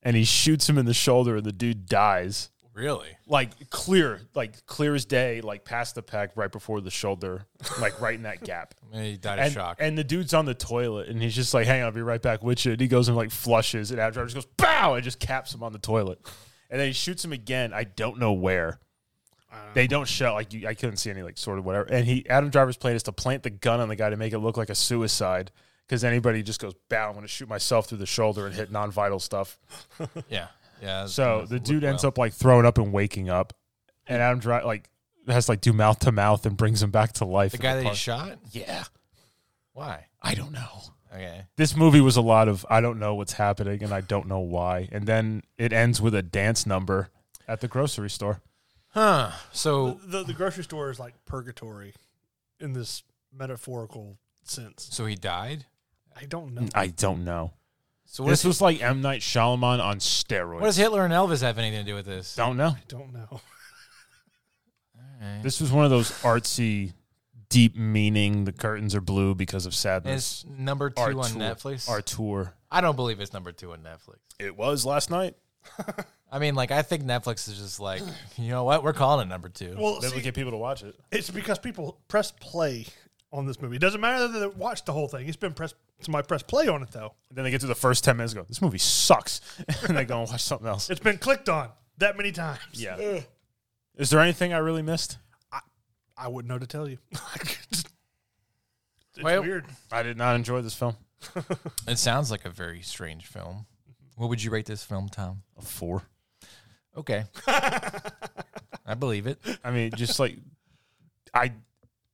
B: and he shoots him in the shoulder, and the dude dies.
C: Really?
B: Like clear, like clear as day, like past the pec, right before the shoulder, like right in that gap.
C: I mean, he died of
B: and,
C: shock.
B: and the dude's on the toilet and he's just like, hang on, I'll be right back with you. And he goes and like flushes and Adam Driver just goes, bow, and just caps him on the toilet. And then he shoots him again. I don't know where.
C: Uh,
B: They don't show like you, I couldn't see any like sort of whatever. And he Adam Driver's plan is to plant the gun on the guy to make it look like a suicide because anybody just goes, bow, I'm going to shoot myself through the shoulder and hit non vital stuff.
C: Yeah. Yeah. that
B: So
C: doesn't
B: the
C: look
B: dude ends
C: well.
B: up like throwing up and waking up. And Adam Driver like has to like do mouth to mouth and brings him back to life.
C: The
B: at
C: guy that he
B: park.
C: shot?
B: yeah,
C: Why?
B: I don't know.
C: Okay.
B: This movie was a lot of I don't know what's happening and I don't know why. And then it ends with a dance number at the grocery store.
C: Huh. So
D: The, the grocery store is like purgatory in this metaphorical sense.
C: so he died?
D: I don't know.
B: I don't know.
C: So what,
B: This
C: does,
B: was like M Night Shyamalan on steroids.
C: what does Hitler and Elvis have anything to do with this?
B: Don't know.
D: I don't know.
B: Hmm.
C: Alright.
B: This was one of those artsy, deep meaning. The curtains are blue because of
C: And
B: sadness.
C: It's number two
B: Art
C: on
B: tour.
C: Netflix.
B: Our tour.
C: I don't believe it's number two on Netflix.
B: It was last night.
C: I mean, like I think Netflix is just like, you know what? We're calling it number two.
D: Well,
B: Maybe
D: see,
B: we get people to watch it.
D: it's because people press play on this movie. It doesn't matter that they watched the whole thing. It's been press. Somebody press play on it though.
B: Then they get to the first ten minutes. and Go. This movie sucks, and they go and watch something else.
D: It's been clicked on that many times.
B: Yeah. Is there anything I really missed?
D: I wouldn't know to tell you. it's
C: Well-
D: weird.
B: I did not enjoy this film.
C: it sounds like a very strange film.
B: Mm-hmm.
C: What would you rate this film, Tom?
B: A four.
C: Okay. I believe it.
B: I mean, just like I,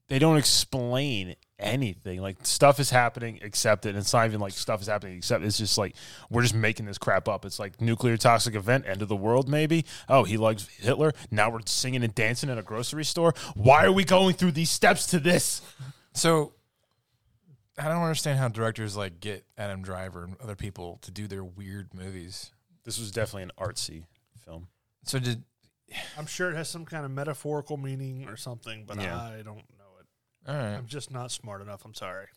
B: they don't explain anything. Like stuff is happening, accept it. And it's not even like stuff is happening, except it's just like we're just making this crap up. It's like nuclear toxic event, end of the world, maybe. Oh, he likes Hitler. Now we're singing and dancing in a grocery store. Why are we going through these steps to this?
C: So I don't understand how directors like get Adam Driver and other people to do their weird movies.
B: This was definitely an artsy film.
C: So did
D: I'm sure it has some kind of metaphorical meaning or something, but
B: Yeah.
D: I don't know it.
C: all right.
D: I'm just not smart enough. I'm sorry.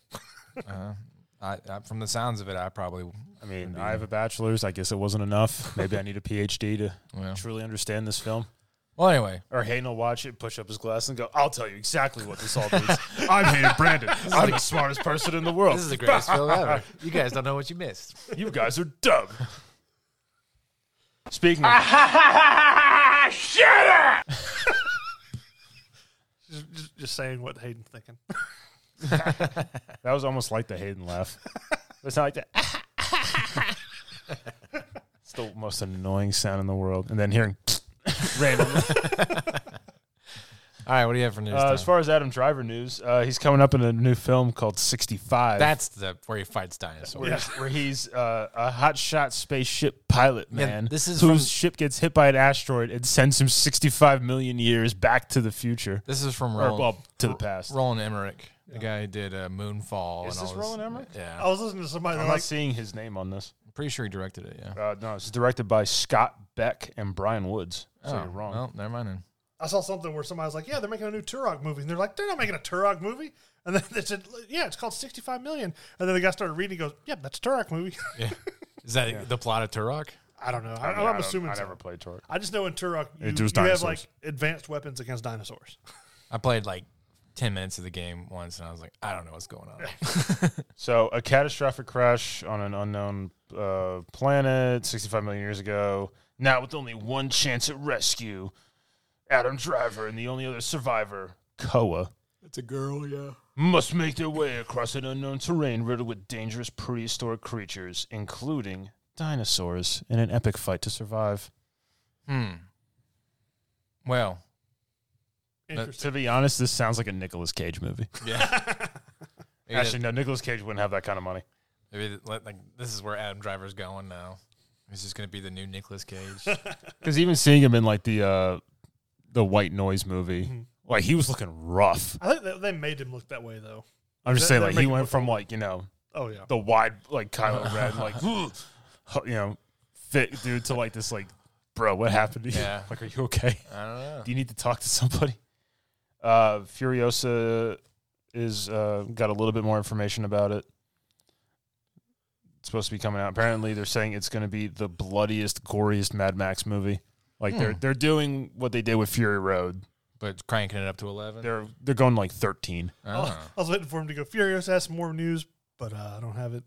C: Uh, I, I, from the sounds of it, I probably
B: I mean, I have a bachelor's. I guess it wasn't enough. Maybe I need a PhD to
C: well.
B: truly understand this film.
C: Well, anyway,
B: Or Hayden will watch it, push up his glass, and go, I'll tell you exactly what this all means. I'm Hayden Brandon. I'm the smartest person in the world.
C: this is the greatest film ever. You guys don't know what you missed.
B: You guys are dumb. Speaking of,
C: Ah.
D: Just, just, just saying what Hayden's thinking.
B: that was almost like the Hayden laugh. It's not like that. it's the most annoying sound in the world. And then hearing randomly.
C: All right, what do you have for news?
B: Uh, as
C: Tom?
B: far as Adam Driver news, uh, he's coming up in a new film called 65.
C: That's the where he fights dinosaurs.
B: where he's, where he's uh, a hotshot spaceship pilot
C: Yeah,
B: man.
C: this is
B: whose
C: from-
B: ship gets hit by an asteroid and sends him 65 million years back to the future,
C: This is from
B: or
C: Roland,
B: well, to the past.
C: Roland Emmerich, the guy who did uh, Moonfall.
B: Is
C: and
B: this
C: all
B: Roland Emmerich?
C: Yeah,
D: I was listening to somebody
B: I'm
D: like
B: not seeing his name on this.
C: I'm pretty sure he directed it. Yeah.
B: Uh, no, it's directed by Scott Beck and Brian Woods. So
C: Oh,
B: you're wrong.
C: Well, never mind. Then.
D: I saw something where somebody was like, "Yeah, they're making a new Turok movie," and they're like, "They're not making a Turok movie." And then they said, "Yeah, it's called 65 million. And then the guy started reading. He goes, "Yeah, that's a Turok movie."
C: Is that the plot of Turok?
D: I don't know. I,
B: Yeah, I
D: I'm
B: don't-
D: assuming.
B: I
D: so.
B: never played Torque.
D: I just know in Turok you,
B: It was
D: you have
B: dinosaurs.
D: like advanced weapons against dinosaurs.
C: I played like ten minutes of the game once, and I was like, I don't know what's going on.
B: So, a catastrophic crash on an unknown uh, planet 65 million years ago. Now, with only one chance at rescue, Adam Driver and the only other survivor, Koa,
C: It's a girl, yeah.
B: must make their way across an unknown terrain riddled with dangerous prehistoric creatures, including dinosaurs, in an epic fight to survive.
C: Hmm. Well,
D: Interesting.
B: To be honest, this sounds like a Nicolas Cage movie.
C: yeah. Maybe
B: Actually, no, Nicolas Cage wouldn't have that kind of money.
C: that- maybe that- like this is where Adam Driver's going now. This is going to be the new Nicolas Cage.
B: Because even seeing him in like the uh, the White Noise movie,
D: Mhm.
B: like he was looking rough.
D: I think that they made him look that way though.
B: I'm just
D: That-
B: saying,
D: that
B: like
D: make
B: he
D: it
B: went
D: look
B: from like you know
D: Oh yeah.
B: the wide like Kylo Ren, like you know, fit dude to like this like, bro, what happened to you?
C: Yeah.
B: Like, are you okay?
C: I don't know.
B: Do you need to talk to somebody? Uh, Furiosa is uh, got a little bit more information about it. It's supposed to be coming out. Apparently, they're saying it's going to be the bloodiest, goriest Mad Max movie. Like they're
C: Hmm.
B: they're doing what they did with Fury Road.
C: But cranking it up to eleven. Oh,
B: They're they're going like 13.
C: I
D: I
C: don't
D: was-
C: know.
D: I was waiting for him to go furious, ask more news, but uh, I don't have it.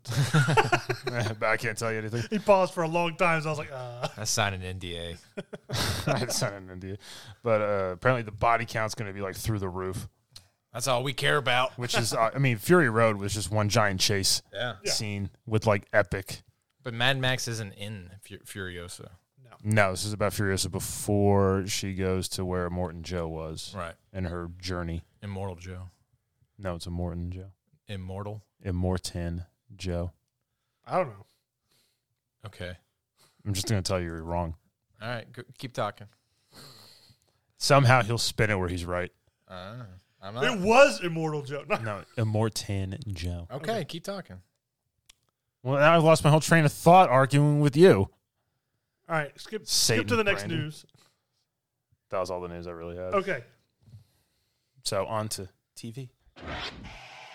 B: but I can't tell you anything.
D: he paused for a long time, so I was like, uh.
C: I signed an NDA.
B: I had signed in India, but uh, apparently the body count's going to be like through the roof.
C: That's all we care about.
B: which is uh, I mean Fury Road was just one giant chase
C: Yeah.
B: scene with like epic.
C: But Mad Max isn't in Fu- Furiosa.
B: No, this is about Furiosa before she goes to where Morton Joe was
C: Right.
B: and her journey.
C: Immortal Joe.
B: No, it's a Morton Joe.
C: Immortal.
B: Immortan Joe.
D: I don't know.
C: Okay.
B: I'm just gonna tell you you're wrong.
C: All right. Go, keep talking.
B: Somehow he'll spin it where he's right.
C: Uh, I'm
D: It was Immortal Joe. No.
B: No, Immortan Joe.
C: Okay, keep talking.
B: Well, now I've lost my whole train of thought arguing with you.
D: All right, skip
B: Satan,
D: skip to the next
B: Brandon.
D: news.
B: That was all the news I really had.
D: Okay,
B: So on to TV.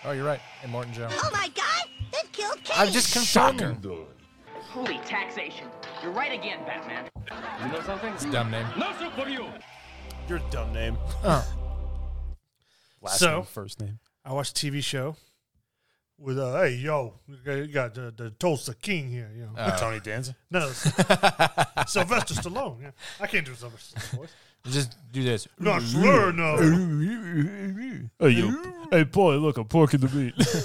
C: Oh, you're right. And Morton Joe.
E: Oh my god! They've killed Kate!
C: I'm just confirming.
F: Holy taxation. You're right again, Batman.
C: It's a dumb name.
B: Your dumb name. Last
D: So-
B: name, first name.
D: I watched a TV show with uh, hey yo, you got the, the Tulsa King here. You know,
A: Oh.
B: Tony Danza.
D: no, Sylvester Stallone. Yeah. I can't do Sylvester Stallone voice.
C: Just do this.
D: Not slur, no.
B: Hey, hey, boy, look, I'm porking the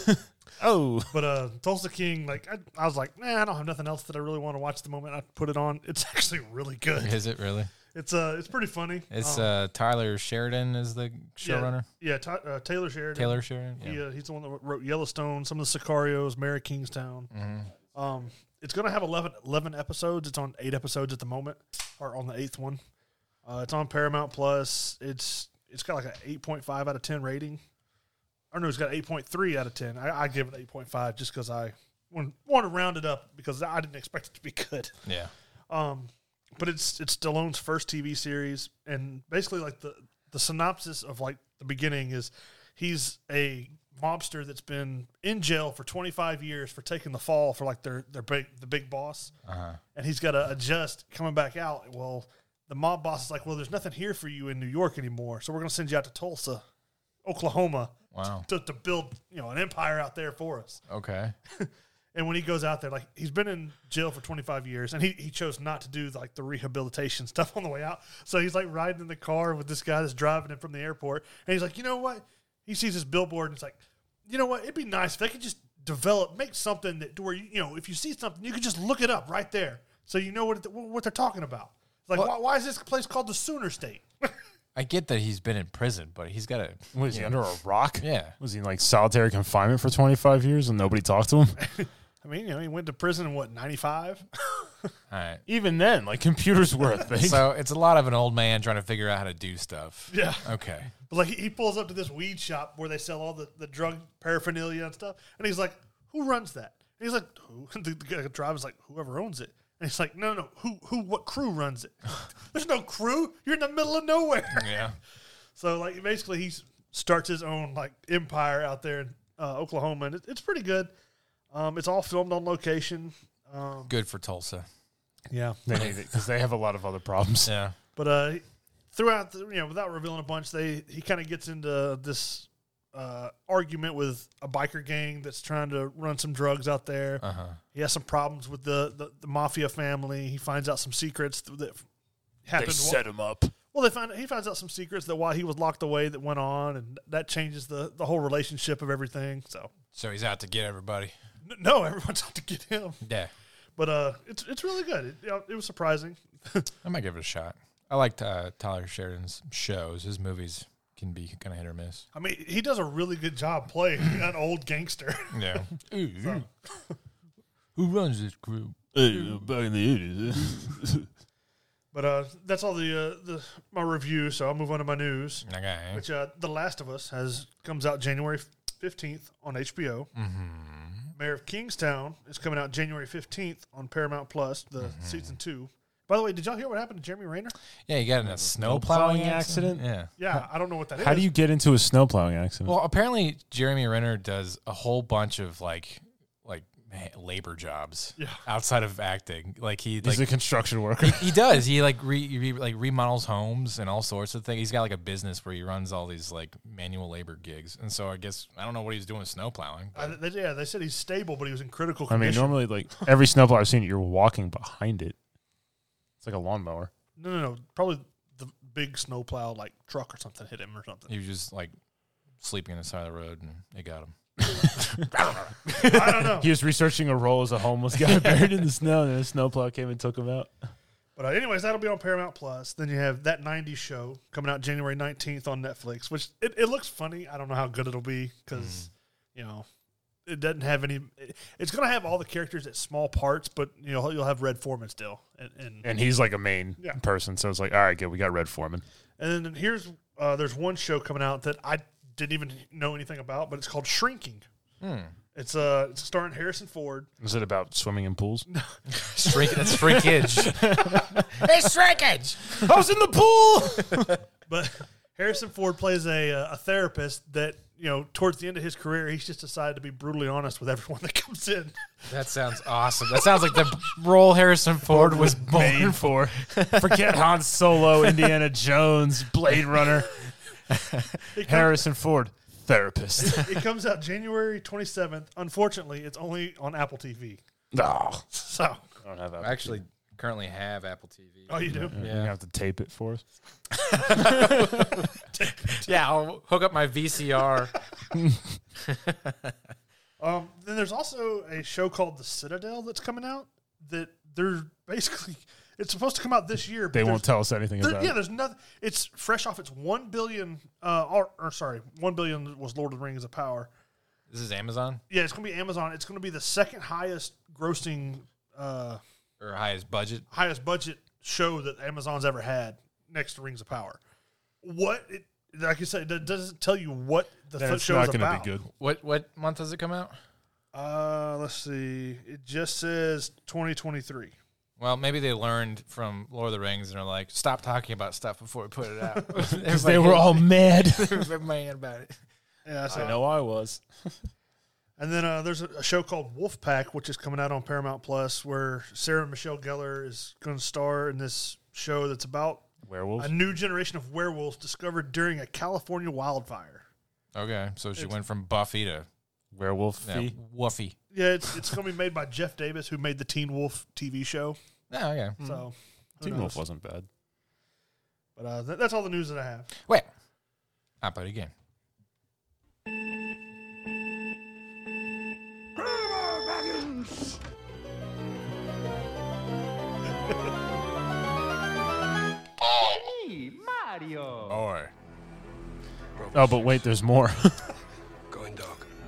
B: meat. oh.
D: But uh, Tulsa King, like I, I was like, nah, I don't have nothing else that I really want to watch at the moment. I put it on. It's actually really good.
C: Is it really?
D: It's uh, it's pretty funny.
C: It's
D: Um,
C: uh, Tyler Sheridan is the
D: yeah,
C: showrunner.
D: Yeah, Ty uh, Taylor Sheridan.
C: Taylor Sheridan.
D: He, uh, he's the one that wrote Yellowstone, some of the Sicarios, Mary Kingstown. Um, it's going to have 11, 11 episodes. It's on eight episodes at the moment, or on the eighth one. Uh, it's on Paramount Plus. It's it's got like an eight point five out of ten rating. Or no, it's got eight point three out of ten. I, I give it eight point five just because I want, want to round it up because I didn't expect it to be good.
C: Yeah.
D: Um, but it's it's Stallone's first TV series, and basically like the the synopsis of like the beginning is he's a mobster that's been in jail for 25 years for taking the fall for like their their big the big boss, and he's got to adjust coming back out. Well, the mob boss is like, well, there's nothing here for you in New York anymore, so we're gonna send you out to Tulsa, Oklahoma,
C: Wow.
D: to, to build you know an empire out there for us.
C: Okay.
D: And when he goes out there, like he's been in jail for 25 years, and he, he chose not to do like the rehabilitation stuff on the way out. So he's like riding in the car with this guy that's driving him from the airport, and he's like, you know what? He sees this billboard, and it's like, you know what? It'd be nice if they could just develop, make something that to where you, you know, if you see something, you could just look it up right there, so you know what it- what they're talking about. It's like, why, why is this place called the Sooner State?
C: I get that he's been in prison, but he's got a.
B: Was he under a rock?
C: Yeah.
B: Was he in like solitary confinement for 25 years and nobody talked to him?
D: I mean, you know, he went to prison in what 95.
C: All right.
B: Even then, like computers were a thing.
C: So it's a lot of an old man trying to figure out how to do stuff.
D: Yeah.
C: Okay.
D: But like he pulls up to this weed shop where they sell all the, the drug paraphernalia and stuff, and he's like, "Who runs that?" And he's like, who? The, the guy driver's like, "Whoever owns it." And he's like, "No, no, who, who, what crew runs it? There's no crew. You're in the middle of nowhere."
C: Yeah.
D: so like basically he s- starts his own like empire out there in uh, Oklahoma, and it, it's pretty good. Um, it's all filmed on location. Um,
C: Good for Tulsa.
D: yeah,
B: they need it because they have a lot of other problems.
C: Yeah.
D: But uh, throughout, the, you know, without revealing a bunch, they he kind of gets into this uh, argument with a biker gang that's trying to run some drugs out there.
C: Uh-huh.
D: He has some problems with the, the, the mafia family. He finds out some secrets th- that happened. wh-
B: him up.
D: well, they find he finds out some secrets that while he was locked away that went on, and that changes the the whole relationship of everything. So
C: So he's out to get everybody.
D: n- no, everyone's out to get him.
C: Yeah.
D: But uh, it's it's really good. It, you know, it was surprising.
C: I might give it a shot. I liked uh, Tyler Sheridan's shows. His movies can be kind of hit or miss.
D: I mean, he does a really good job playing an old gangster.
C: Yeah. Who runs this group?
B: back in the 80s.
D: But uh, that's all the, uh, the my review. So I'll move on to my news,
C: Okay.
D: which uh, The Last of Us has comes out January fifteenth on HBO.
B: Mm-hmm.
D: Mayor of Kingstown is coming out January fifteenth on Paramount Plus, the
B: Mm-hmm.
D: season two. By the way, did y'all hear what happened to Jeremy Rayner?
C: Yeah, you got in a snow
B: plowing
C: plowing accident. Yeah.
D: Yeah, I don't know what that is.
B: How do you get into a snow plowing accident?
C: Well, apparently Jeremy Renner does a whole bunch of like, like man, labor jobs
D: Yeah.
C: outside of acting. Like he,
B: He's
C: like,
B: a construction worker.
C: he does. He like re, re like remodels homes and all sorts of things. He's got like a business where he runs all these like manual labor gigs. And so I guess I don't know what he's doing with snow plowing.
D: Uh, they, yeah, they said he's stable, but he was in critical
B: I mean,
D: condition.
B: normally, like every snowplow I've seen, you're walking behind it. It's like a lawnmower.
D: no, no, no, probably the big snowplow like truck or something hit him or something.
C: He was just like sleeping on the side of the road, and they got him.
D: I don't know.
B: He was researching a role as a homeless guy buried in the snow, and then a snowplow came and took him out.
D: But uh, anyways, that'll be on Paramount Plus. Then you have that '90s show coming out January 19th on Netflix, which it, it looks funny. I don't know how good it'll be because you know it doesn't have any. it- it's gonna have all the characters at small parts, but you know you'll have Red Foreman still. And and,
B: And he's like a main
D: Yeah.
B: person, so it's like, all right, good, we got Red Foreman.
D: and then here's uh, there's one show coming out that I didn't even know anything about, but it's called Shrinking. It's uh it's starring Harrison Ford.
B: Is it about swimming in pools?
C: Shrink, that's shrinkage. it's shrinkage.
B: I was in the pool.
D: But Harrison Ford plays a uh, a therapist that you know towards the end of his career, he's just decided to be brutally honest with everyone that comes in.
C: That sounds awesome. That sounds like the role Harrison Ford was born
B: Made
C: for.
B: for. Forget Han Solo, Indiana Jones, Blade Runner,
D: It comes,
B: Harrison Ford, therapist.
D: it comes out January 27th. Unfortunately, it's only on Apple TV.
B: No,
D: So,
B: I don't have that.
C: I actually currently have Apple TV.
D: oh, you do?
B: You're gonna have to tape it for us.
C: Yeah, I'll hook up my VCR.
D: Um, then there's also a show called The Citadel that's coming out that they're basically, it's supposed to come out this year. But
B: They
D: there's-
B: won't tell us anything
D: there-
B: about
D: yeah,
B: it.
D: there's nothing. It's fresh off its 1 billion, uh, or, or sorry, 1 billion was Lord of the Rings of Power.
C: this is Amazon
D: Yeah, it's going to be Amazon. It's going to be the second highest grossing, uh,
C: or highest budget.
D: highest budget show that Amazon's ever had next to Rings of Power. What it, like you said, that doesn't tell you what the
B: Then
D: foot
B: it's
D: show is
B: not gonna
D: about.
B: be good.
C: What what month does it come out?
D: Uh, let's see. It just says 2023.
C: Well, maybe they learned from Lord of the Rings and are like, stop talking about stuff before we put it out. Because
B: They were all mad.
C: mad about it.
D: Yeah, so,
B: I was.
D: and then uh, there's a, a show called Wolfpack, which is coming out on Paramount Plus, where Sarah Michelle Gellar is going to star in this show that's about
B: Werewolves.
D: a new generation of werewolves discovered during a California wildfire.
C: Okay, so she went from Buffy to
B: Werewolf
C: yeah,
B: fee.
C: Woofy.
D: Yeah, it's, it's going to be made by Jeff Davis, who made the Teen Wolf TV show.
C: Yeah, Oh, okay.
D: So who
B: Teen Wolf
D: knows?
B: wasn't bad.
D: But uh, th- that's all the news that I have.
C: Wait. I played again.
B: Or. Oh, but wait, there's more.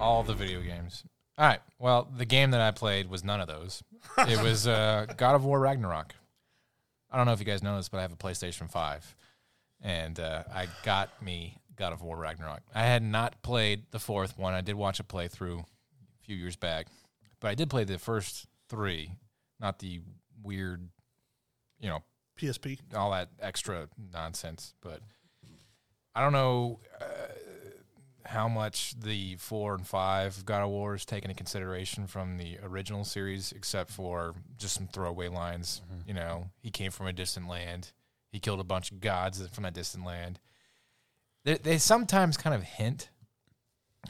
C: All the video games. All right. Well, the game that I played was none of those. It was uh, God of War Ragnarok. I don't know if you guys know this, but I have a PlayStation 5. And uh, I got me God of War Ragnarok. I had not played the fourth one. I did watch a playthrough a few years back, but I did play the first three, not the weird, you know,
D: PSP.
C: all that extra nonsense. But I don't know uh, how much the four and five God of War is taken into consideration from the original series, except for just some throwaway lines. You know, he came from a distant land. He killed a bunch of gods from a distant land. They, they sometimes kind of hint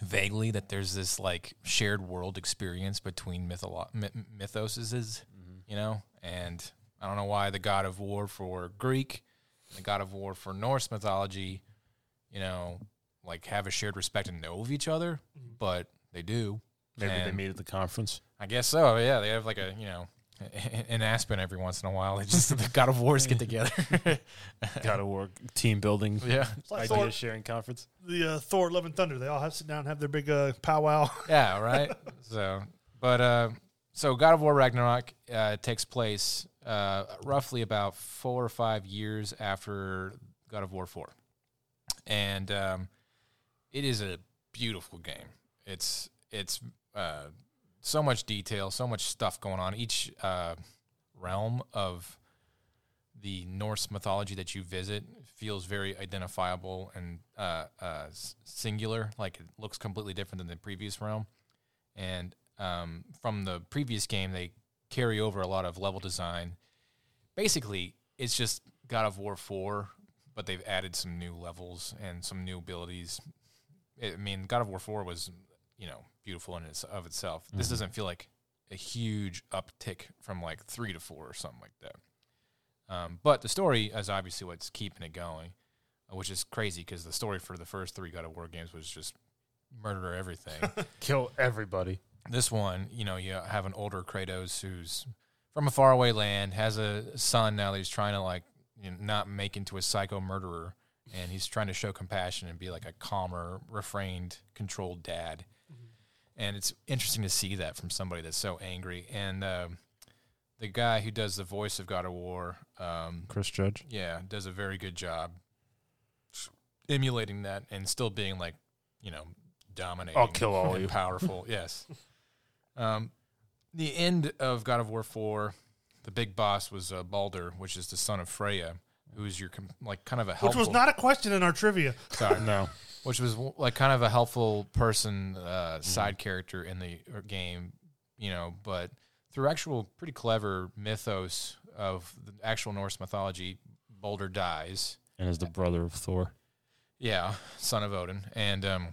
C: vaguely that there's this like shared world experience between mytholo- my- mythoses, you know, and I don't know why the god of war for Greek, and the god of war for Norse mythology, you know, like have a shared respect and know of each other, but they do.
B: Maybe they
C: And-
B: meet at the conference.
C: I guess so. Yeah, they have like a you know, in Aspen every once in a while. They just the God of Wars get together.
B: Got to work team building,
C: yeah,
D: It's like
B: idea
D: Thor,
B: sharing conference.
D: the uh, Thor Love and Thunder. They all have sit down and have their big uh, powwow.
C: yeah, right. So, but uh, so God of War Ragnarok uh, takes place uh, roughly about four or five years after God of War Four, and um, it is a beautiful game. It's it's uh, so much detail, so much stuff going on. Each uh, realm of the Norse mythology that you visit feels very identifiable and uh, uh, s- singular. Like it looks completely different than the previous realm. And um, from the previous game, they carry over a lot of level design. Basically, it's just God of War 4, but they've added some new levels and some new abilities. I I mean, God of War 4 was, you know, beautiful in its, of itself. This doesn't feel like a huge uptick from like 3 to 4 or something like that. Um, but the story is obviously what's keeping it going. which is crazy because the story for the first three God of War games was just murder everything.
B: Kill everybody.
C: this one, you know, you have an older Kratos who's from a faraway land, has a son now that he's trying to like you know, not make into a psycho murderer, and he's trying to show compassion and be like a calmer, refrained, controlled dad. And it's interesting to see that from somebody that's so angry. And um, the guy who does the voice of God of War, um,
B: Chris Judge.
C: yeah, does a very good job emulating that and still being like, you know, dominating.
B: I'll kill all
C: and
B: you.
C: Powerful, yes. Um, the end of God of War Four, the big boss was uh, Balder, which is the son of Freya, who is your com- like kind of a
D: Which
C: helpful,
D: was not a question in our trivia.
C: sorry,
B: No.
C: which was like kind of a helpful person uh,
B: Mm-hmm.
C: side character in the er, game, you know, but through actual pretty clever mythos of the actual Norse mythology, Balder dies.
B: And is the brother of Thor.
C: Yeah, son of Odin, and um,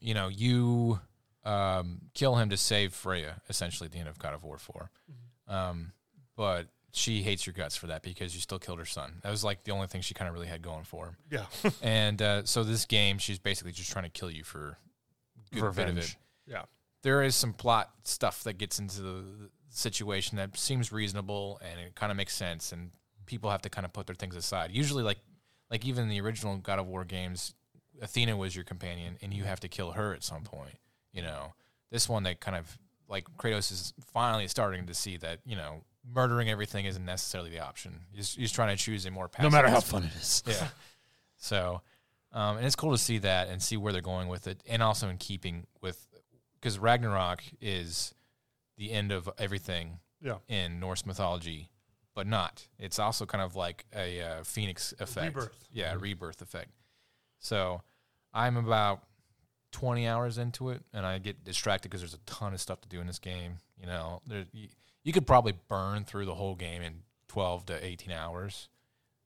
C: you know you um, kill him to save Freya, essentially at the end of God of War 4 Um, but she hates your guts for that because you still killed her son. That was like the only thing she kind of really had going for him.
D: Yeah.
C: and uh, so this game, she's basically just trying to kill you for a good bit of it
B: Revenge.
D: Yeah.
C: there is some plot stuff that gets into the the situation that seems reasonable and it kind of makes sense and people have to kind of put their things aside usually like like even the original god of war games athena was your companion and you have to kill her at some point you know this one they kind of like kratos is finally starting to see that you know murdering everything isn't necessarily the option he's, he's trying to choose a more
B: No
C: passive
B: matter how fun it is.
C: yeah. So, um, and it's cool to see that and see where they're going with it, and also in keeping with because Ragnarok is the end of everything
D: Yeah.
C: in Norse mythology, but not. It's also kind of like a uh, phoenix effect,
D: Rebirth. Mm-hmm.
C: Yeah, rebirth effect. So, I'm about 20 hours into it, and I get distracted because there's a ton of stuff to do in this game. You know, there, you, you could probably burn through the whole game in 12 to 18 hours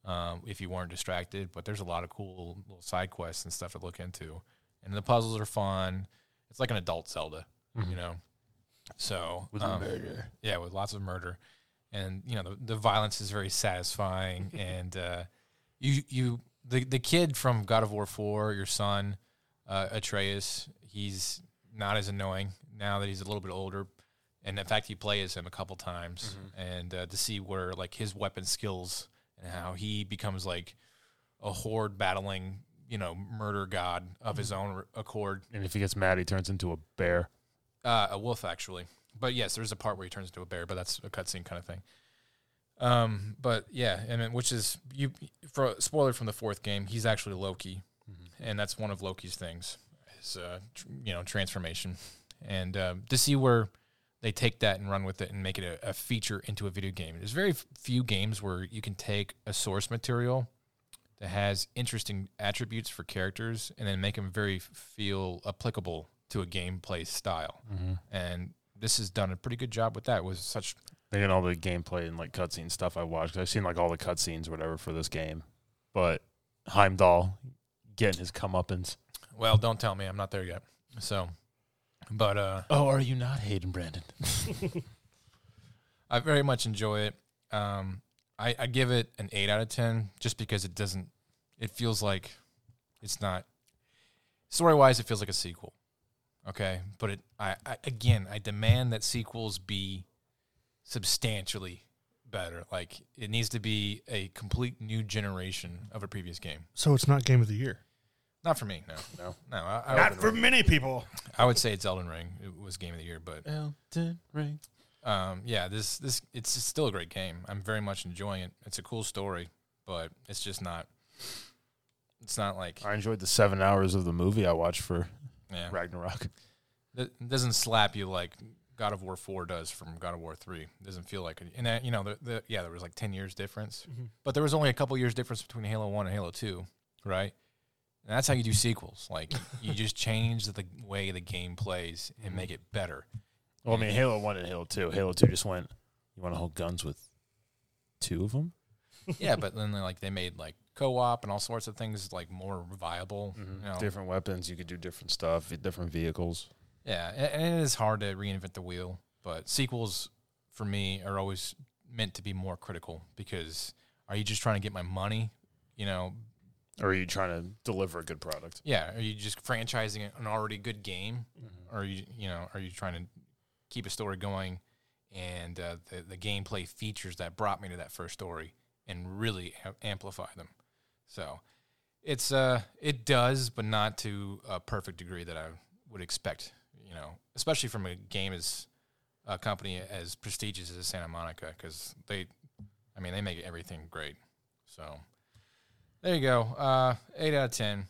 C: um, if you weren't distracted. But there's a lot of cool little side quests and stuff to look into, and the puzzles are fun. It's like an adult Zelda, you know. So Mm-hmm. with murder, yeah, with lots of murder, and you know the, the violence is very satisfying, and uh, you you the the kid from God of War Four, your son uh, Atreus, he's not as annoying now that he's a little bit older. And in fact, you play as him a couple times, and uh, to see where like his weapon skills and how he becomes like a horde battling, you know, murder god of his own accord,
B: And if he gets mad, he turns into a bear.
C: uh, a wolf actually. But yes, there's a part where he turns into a bear, but that's a cutscene kind of thing. Um, but yeah, and then- which is you for spoiler from the fourth game, he's actually Loki, and that's one of Loki's things, is uh, tr- you know transformation, and um, to see where they take that and run with it and make it a, a feature into a video game. There's very f- few games where you can take a source material that has interesting attributes for characters and then make them very f- feel applicable to a gameplay style. And this has done a pretty good job with that. With such
B: They get all the gameplay and like cutscene stuff I watched. I've seen like all the cutscenes or whatever for this game. But Heimdall getting his comeuppance.
C: well, don't tell me I'm not there yet. So, but uh,
B: Oh, are you not Hayden Brandon?
C: I very much enjoy it. Um, I, I give it an eight out of ten just because it doesn't. It feels like it's not story wise. It feels like a sequel. Okay, but it. I, I again. I demand that sequels be substantially better. Like it needs to be a complete new generation of a previous game.
D: So it's not game of the year.
C: Not for me. No. No. No. I, I,
D: Not
C: would,
D: for many people.
C: I would say it's Elden Ring. It was game of the year, but
B: Elden Ring.
C: um, yeah, this this it's still a great game. I'm very much enjoying it. It's a cool story, but it's just not. It's not like
B: I enjoyed the seven hours of the movie I watched for
C: yeah,
B: Ragnarok.
C: It doesn't slap you like God of War Four does from God of War Three. It doesn't feel like it. And that, you know, the, the, yeah, there was like ten years difference, but there was only a couple years difference between Halo One and Halo Two, right? And that's how you do sequels. Like you just change the way the game plays and make it better.
B: Well, I mean, Halo 1 and Halo 2. Halo 2 just went, you want to hold guns with two of them?
C: yeah, but then they, like they made like co-op and all sorts of things like more viable. you know?
B: Different weapons. You could do different stuff, different vehicles.
C: Yeah, a- and it is hard to reinvent the wheel, but sequels for me are always meant to be more critical because are you just trying to get my money? You know,
B: Or are you trying to deliver a good product?
C: Yeah, are you just franchising an already good game, or are you you know are you trying to keep a story going, and uh, the the gameplay features that brought me to that first story and really am- amplify them? So it's uh it does, but not to a perfect degree that I would expect. You know, especially from a game as a company as prestigious as Santa Monica, because they, I mean, they make everything great. So there you go, uh, eight out of ten.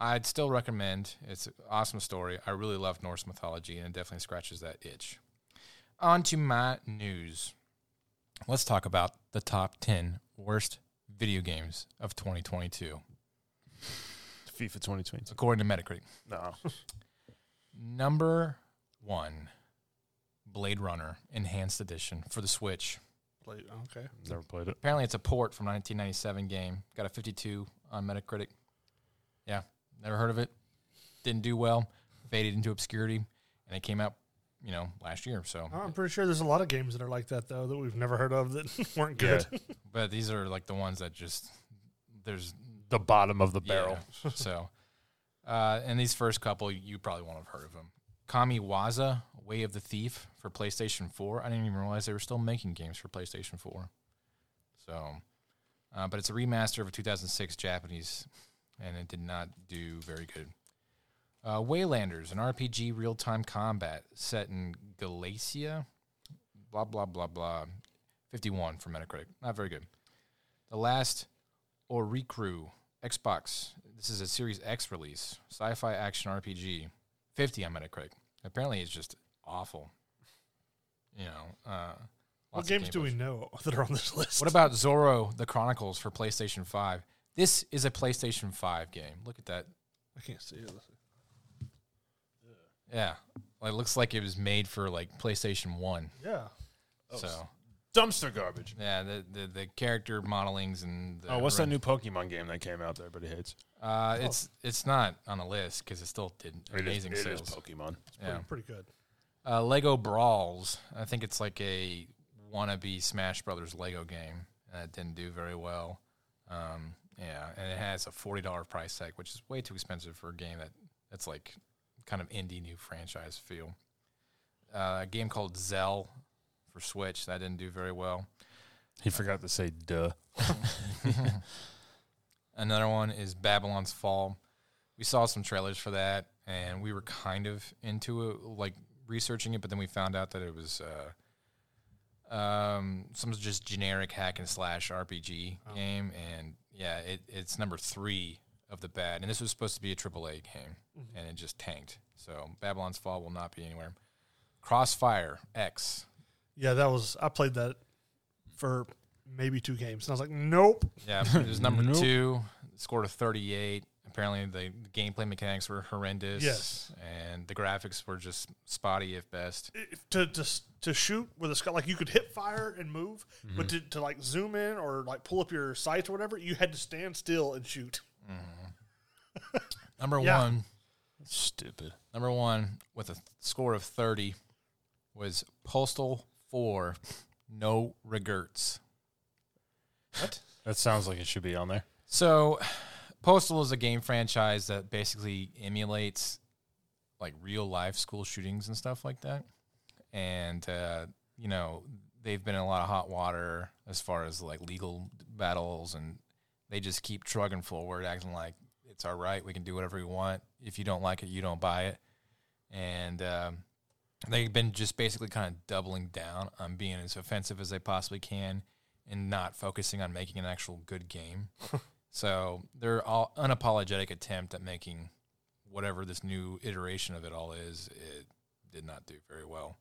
C: I'd still recommend. It's an awesome story. I really love Norse mythology, and it definitely scratches that itch. On to my news. Let's talk about the top 10 worst video games of 2022,
B: FIFA 2022.
C: according to Metacritic.
B: No.
C: Number one, Blade Runner Enhanced Edition for the Switch.
D: Play- Okay.
B: Never played it.
C: Apparently, it's a port from 1997 game. Got a 52 on Metacritic. Yeah, never heard of it. Didn't do well. Faded into obscurity, and it came out, you know, last year. So,
D: I'm pretty sure there's a lot of games that are like that though that we've never heard of that weren't good.
C: but these are like the ones that just there's
B: The bottom of the
C: yeah.
B: barrel.
C: so, uh, and these first couple, you probably won't have heard of them. Kamiwaza Way of the Thief for PlayStation 4. I didn't even realize they were still making games for PlayStation 4. So, uh, but it's a remaster of a 2006 Japanese, and it did not do very good. Uh, Waylanders, an RPG real time combat set in Galicia. Blah, blah, blah, blah. 51 for Metacritic. Not very good. The last Oricru, Xbox. This is a Series X release, sci-fi action RPG. Fifty on Metacritic. Apparently, it's just awful. You know, uh,
D: what
C: lots of
D: games do we
C: gameplay.
D: know that are on this list?
C: What about Zorro: The Chronicles for PlayStation Five? This is a PlayStation Five game. Look at that.
D: I can't see it.
C: Yeah, Well, it looks like it was made for like PlayStation One.
D: Yeah.
C: so
B: Dumpster garbage.
C: yeah, the, the the character modelings and the
B: Oh, what's that
C: run-
B: new Pokemon game that came out that everybody hates?
C: Uh, It's it's not on the list because it still did amazing
B: it is,
C: sales.
B: It is Pokemon.
C: yeah.
D: Pretty good.
C: Uh, Lego Brawls. I think it's like a wannabe Smash Brothers Lego game. Uh, it didn't do very well. Um, yeah, and it has a forty dollar price tag, which is way too expensive for a game that that's like kind of indie new franchise feel. Uh, a game called Zell for Switch that didn't do very well.
B: He forgot to say duh.
C: Another one is Babylon's Fall. We saw some trailers for that, and we were kind of into it, like researching it, but then we found out that it was uh, um, some just generic hack and slash RPG game, and yeah, it, it's number three of the bad. And this was supposed to be a AAA game, and it just tanked. So Babylon's Fall will not be anywhere. Crossfire X.
D: Yeah, that was I played that for maybe two games and I was like, nope.
C: Yeah, it was number two. Scored a 38. Apparently, the gameplay mechanics were horrendous.
D: Yes.
C: and the graphics were just spotty if best.
D: If- to to s- to shoot with a scope, like you could hit fire and move, but to, to like zoom in or like pull up your sights or whatever, you had to stand still and shoot.
C: Number
D: Yeah.
C: one,
B: Stupid.
C: number one with a th- score of 30 was Postal Four. No regrets.
B: That sounds like it should be on there.
C: So, Postal is a game franchise that basically emulates like real life school shootings and stuff like that. And uh, you know, they've been in a lot of hot water as far as like legal battles, and they just keep trugging forward, acting like it's our right. We can do whatever we want. If you don't like it, you don't buy it. And um, they've been just basically kind of doubling down on being as offensive as they possibly can, and not focusing on making an actual good game. So their all unapologetic attempt at making whatever this new iteration of it all is, it did not do very well,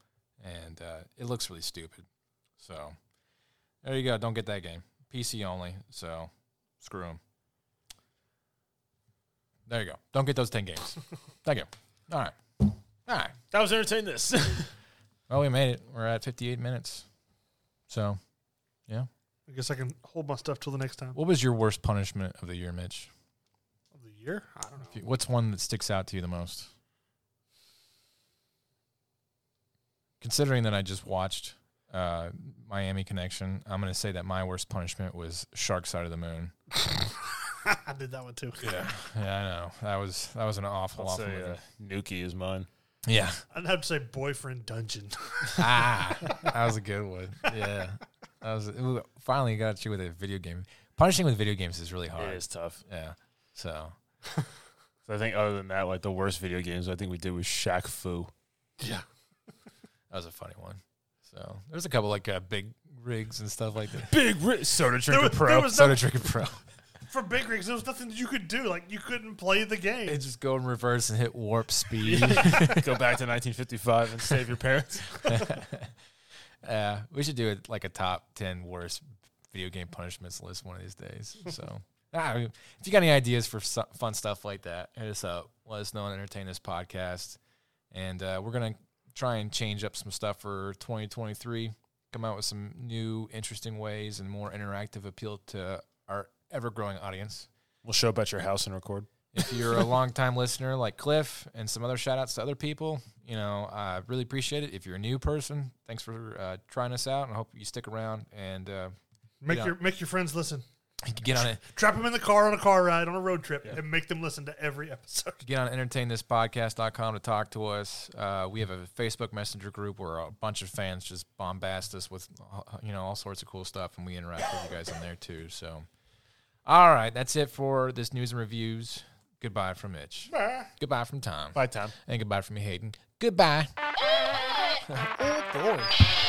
C: and uh, it looks really stupid. So there you go. Don't get that game. PC only. So screw them. There you go. Don't get those ten games. Thank you. All right. All right.
B: That was entertain this.
C: Well, we made it. We're at fifty-eight minutes. So,
D: I guess I can hold my stuff till the next time
C: what was your worst punishment of the year, Mitch?
D: of the year. I don't know.
C: What's one that sticks out to you the most? Considering that I just watched uh, Miami Connection, I'm going to say that my worst punishment was Shark Side of the Moon.
D: I did that one too.
C: Yeah, I know. That was that was an awful, awful
B: Say,
C: movie.
B: uh, Nuki is mine.
C: Yeah.
D: I'd have to say boyfriend dungeon.
C: ah, that was a good one. Yeah. That was ooh, finally got you with a video game. Punishing with video games is really hard.
B: It is tough.
C: Yeah. So
B: So I think other than that, like the worst video games I think we did was Shaq Fu.
D: yeah.
C: that was a funny one. So there's a couple like uh, big rigs and stuff like that.
B: Big Ri- Soda Drinker
D: was-
B: Pro.
D: there was
C: Soda Drinking Pro.
D: For big rigs, there was nothing that you could do. Like you couldn't play the game.
C: They just go in reverse and hit warp speed.
B: Go back to 1955 and save your parents.
C: Uh, we should do it like a top ten worst video game punishments list one of these days. So, ah, I mean, if you got any ideas for su- fun stuff like that, hit us up. Let us know and entertain this podcast. And uh, we're gonna try and change up some stuff for 2023. Come out with some new, interesting ways and more interactive appeal to our ever-growing audience.
B: We'll show up at your house and record.
C: If you're a long-time listener like Cliff and some other shout-outs to other people, you know, I really appreciate it. If you're a new person, thanks for uh, trying us out, and I hope you stick around and uh,
D: make
C: yeah.
D: your make your friends listen.
C: you can get on it.
D: Trap them in the car on a car ride on a road trip and make them listen to every episode.
C: You can get on entertainthispodcast.com to talk to us. Uh, we have a Facebook Messenger group where a bunch of fans just bombast us with, uh, you know, all sorts of cool stuff, and we interact with you guys on there too. So, all right, that's it for this news and reviews. Goodbye from Mitch. Goodbye from Tom.
B: Bye, Tom.
C: And goodbye from me, Hayden. Goodbye.
E: Oh boy.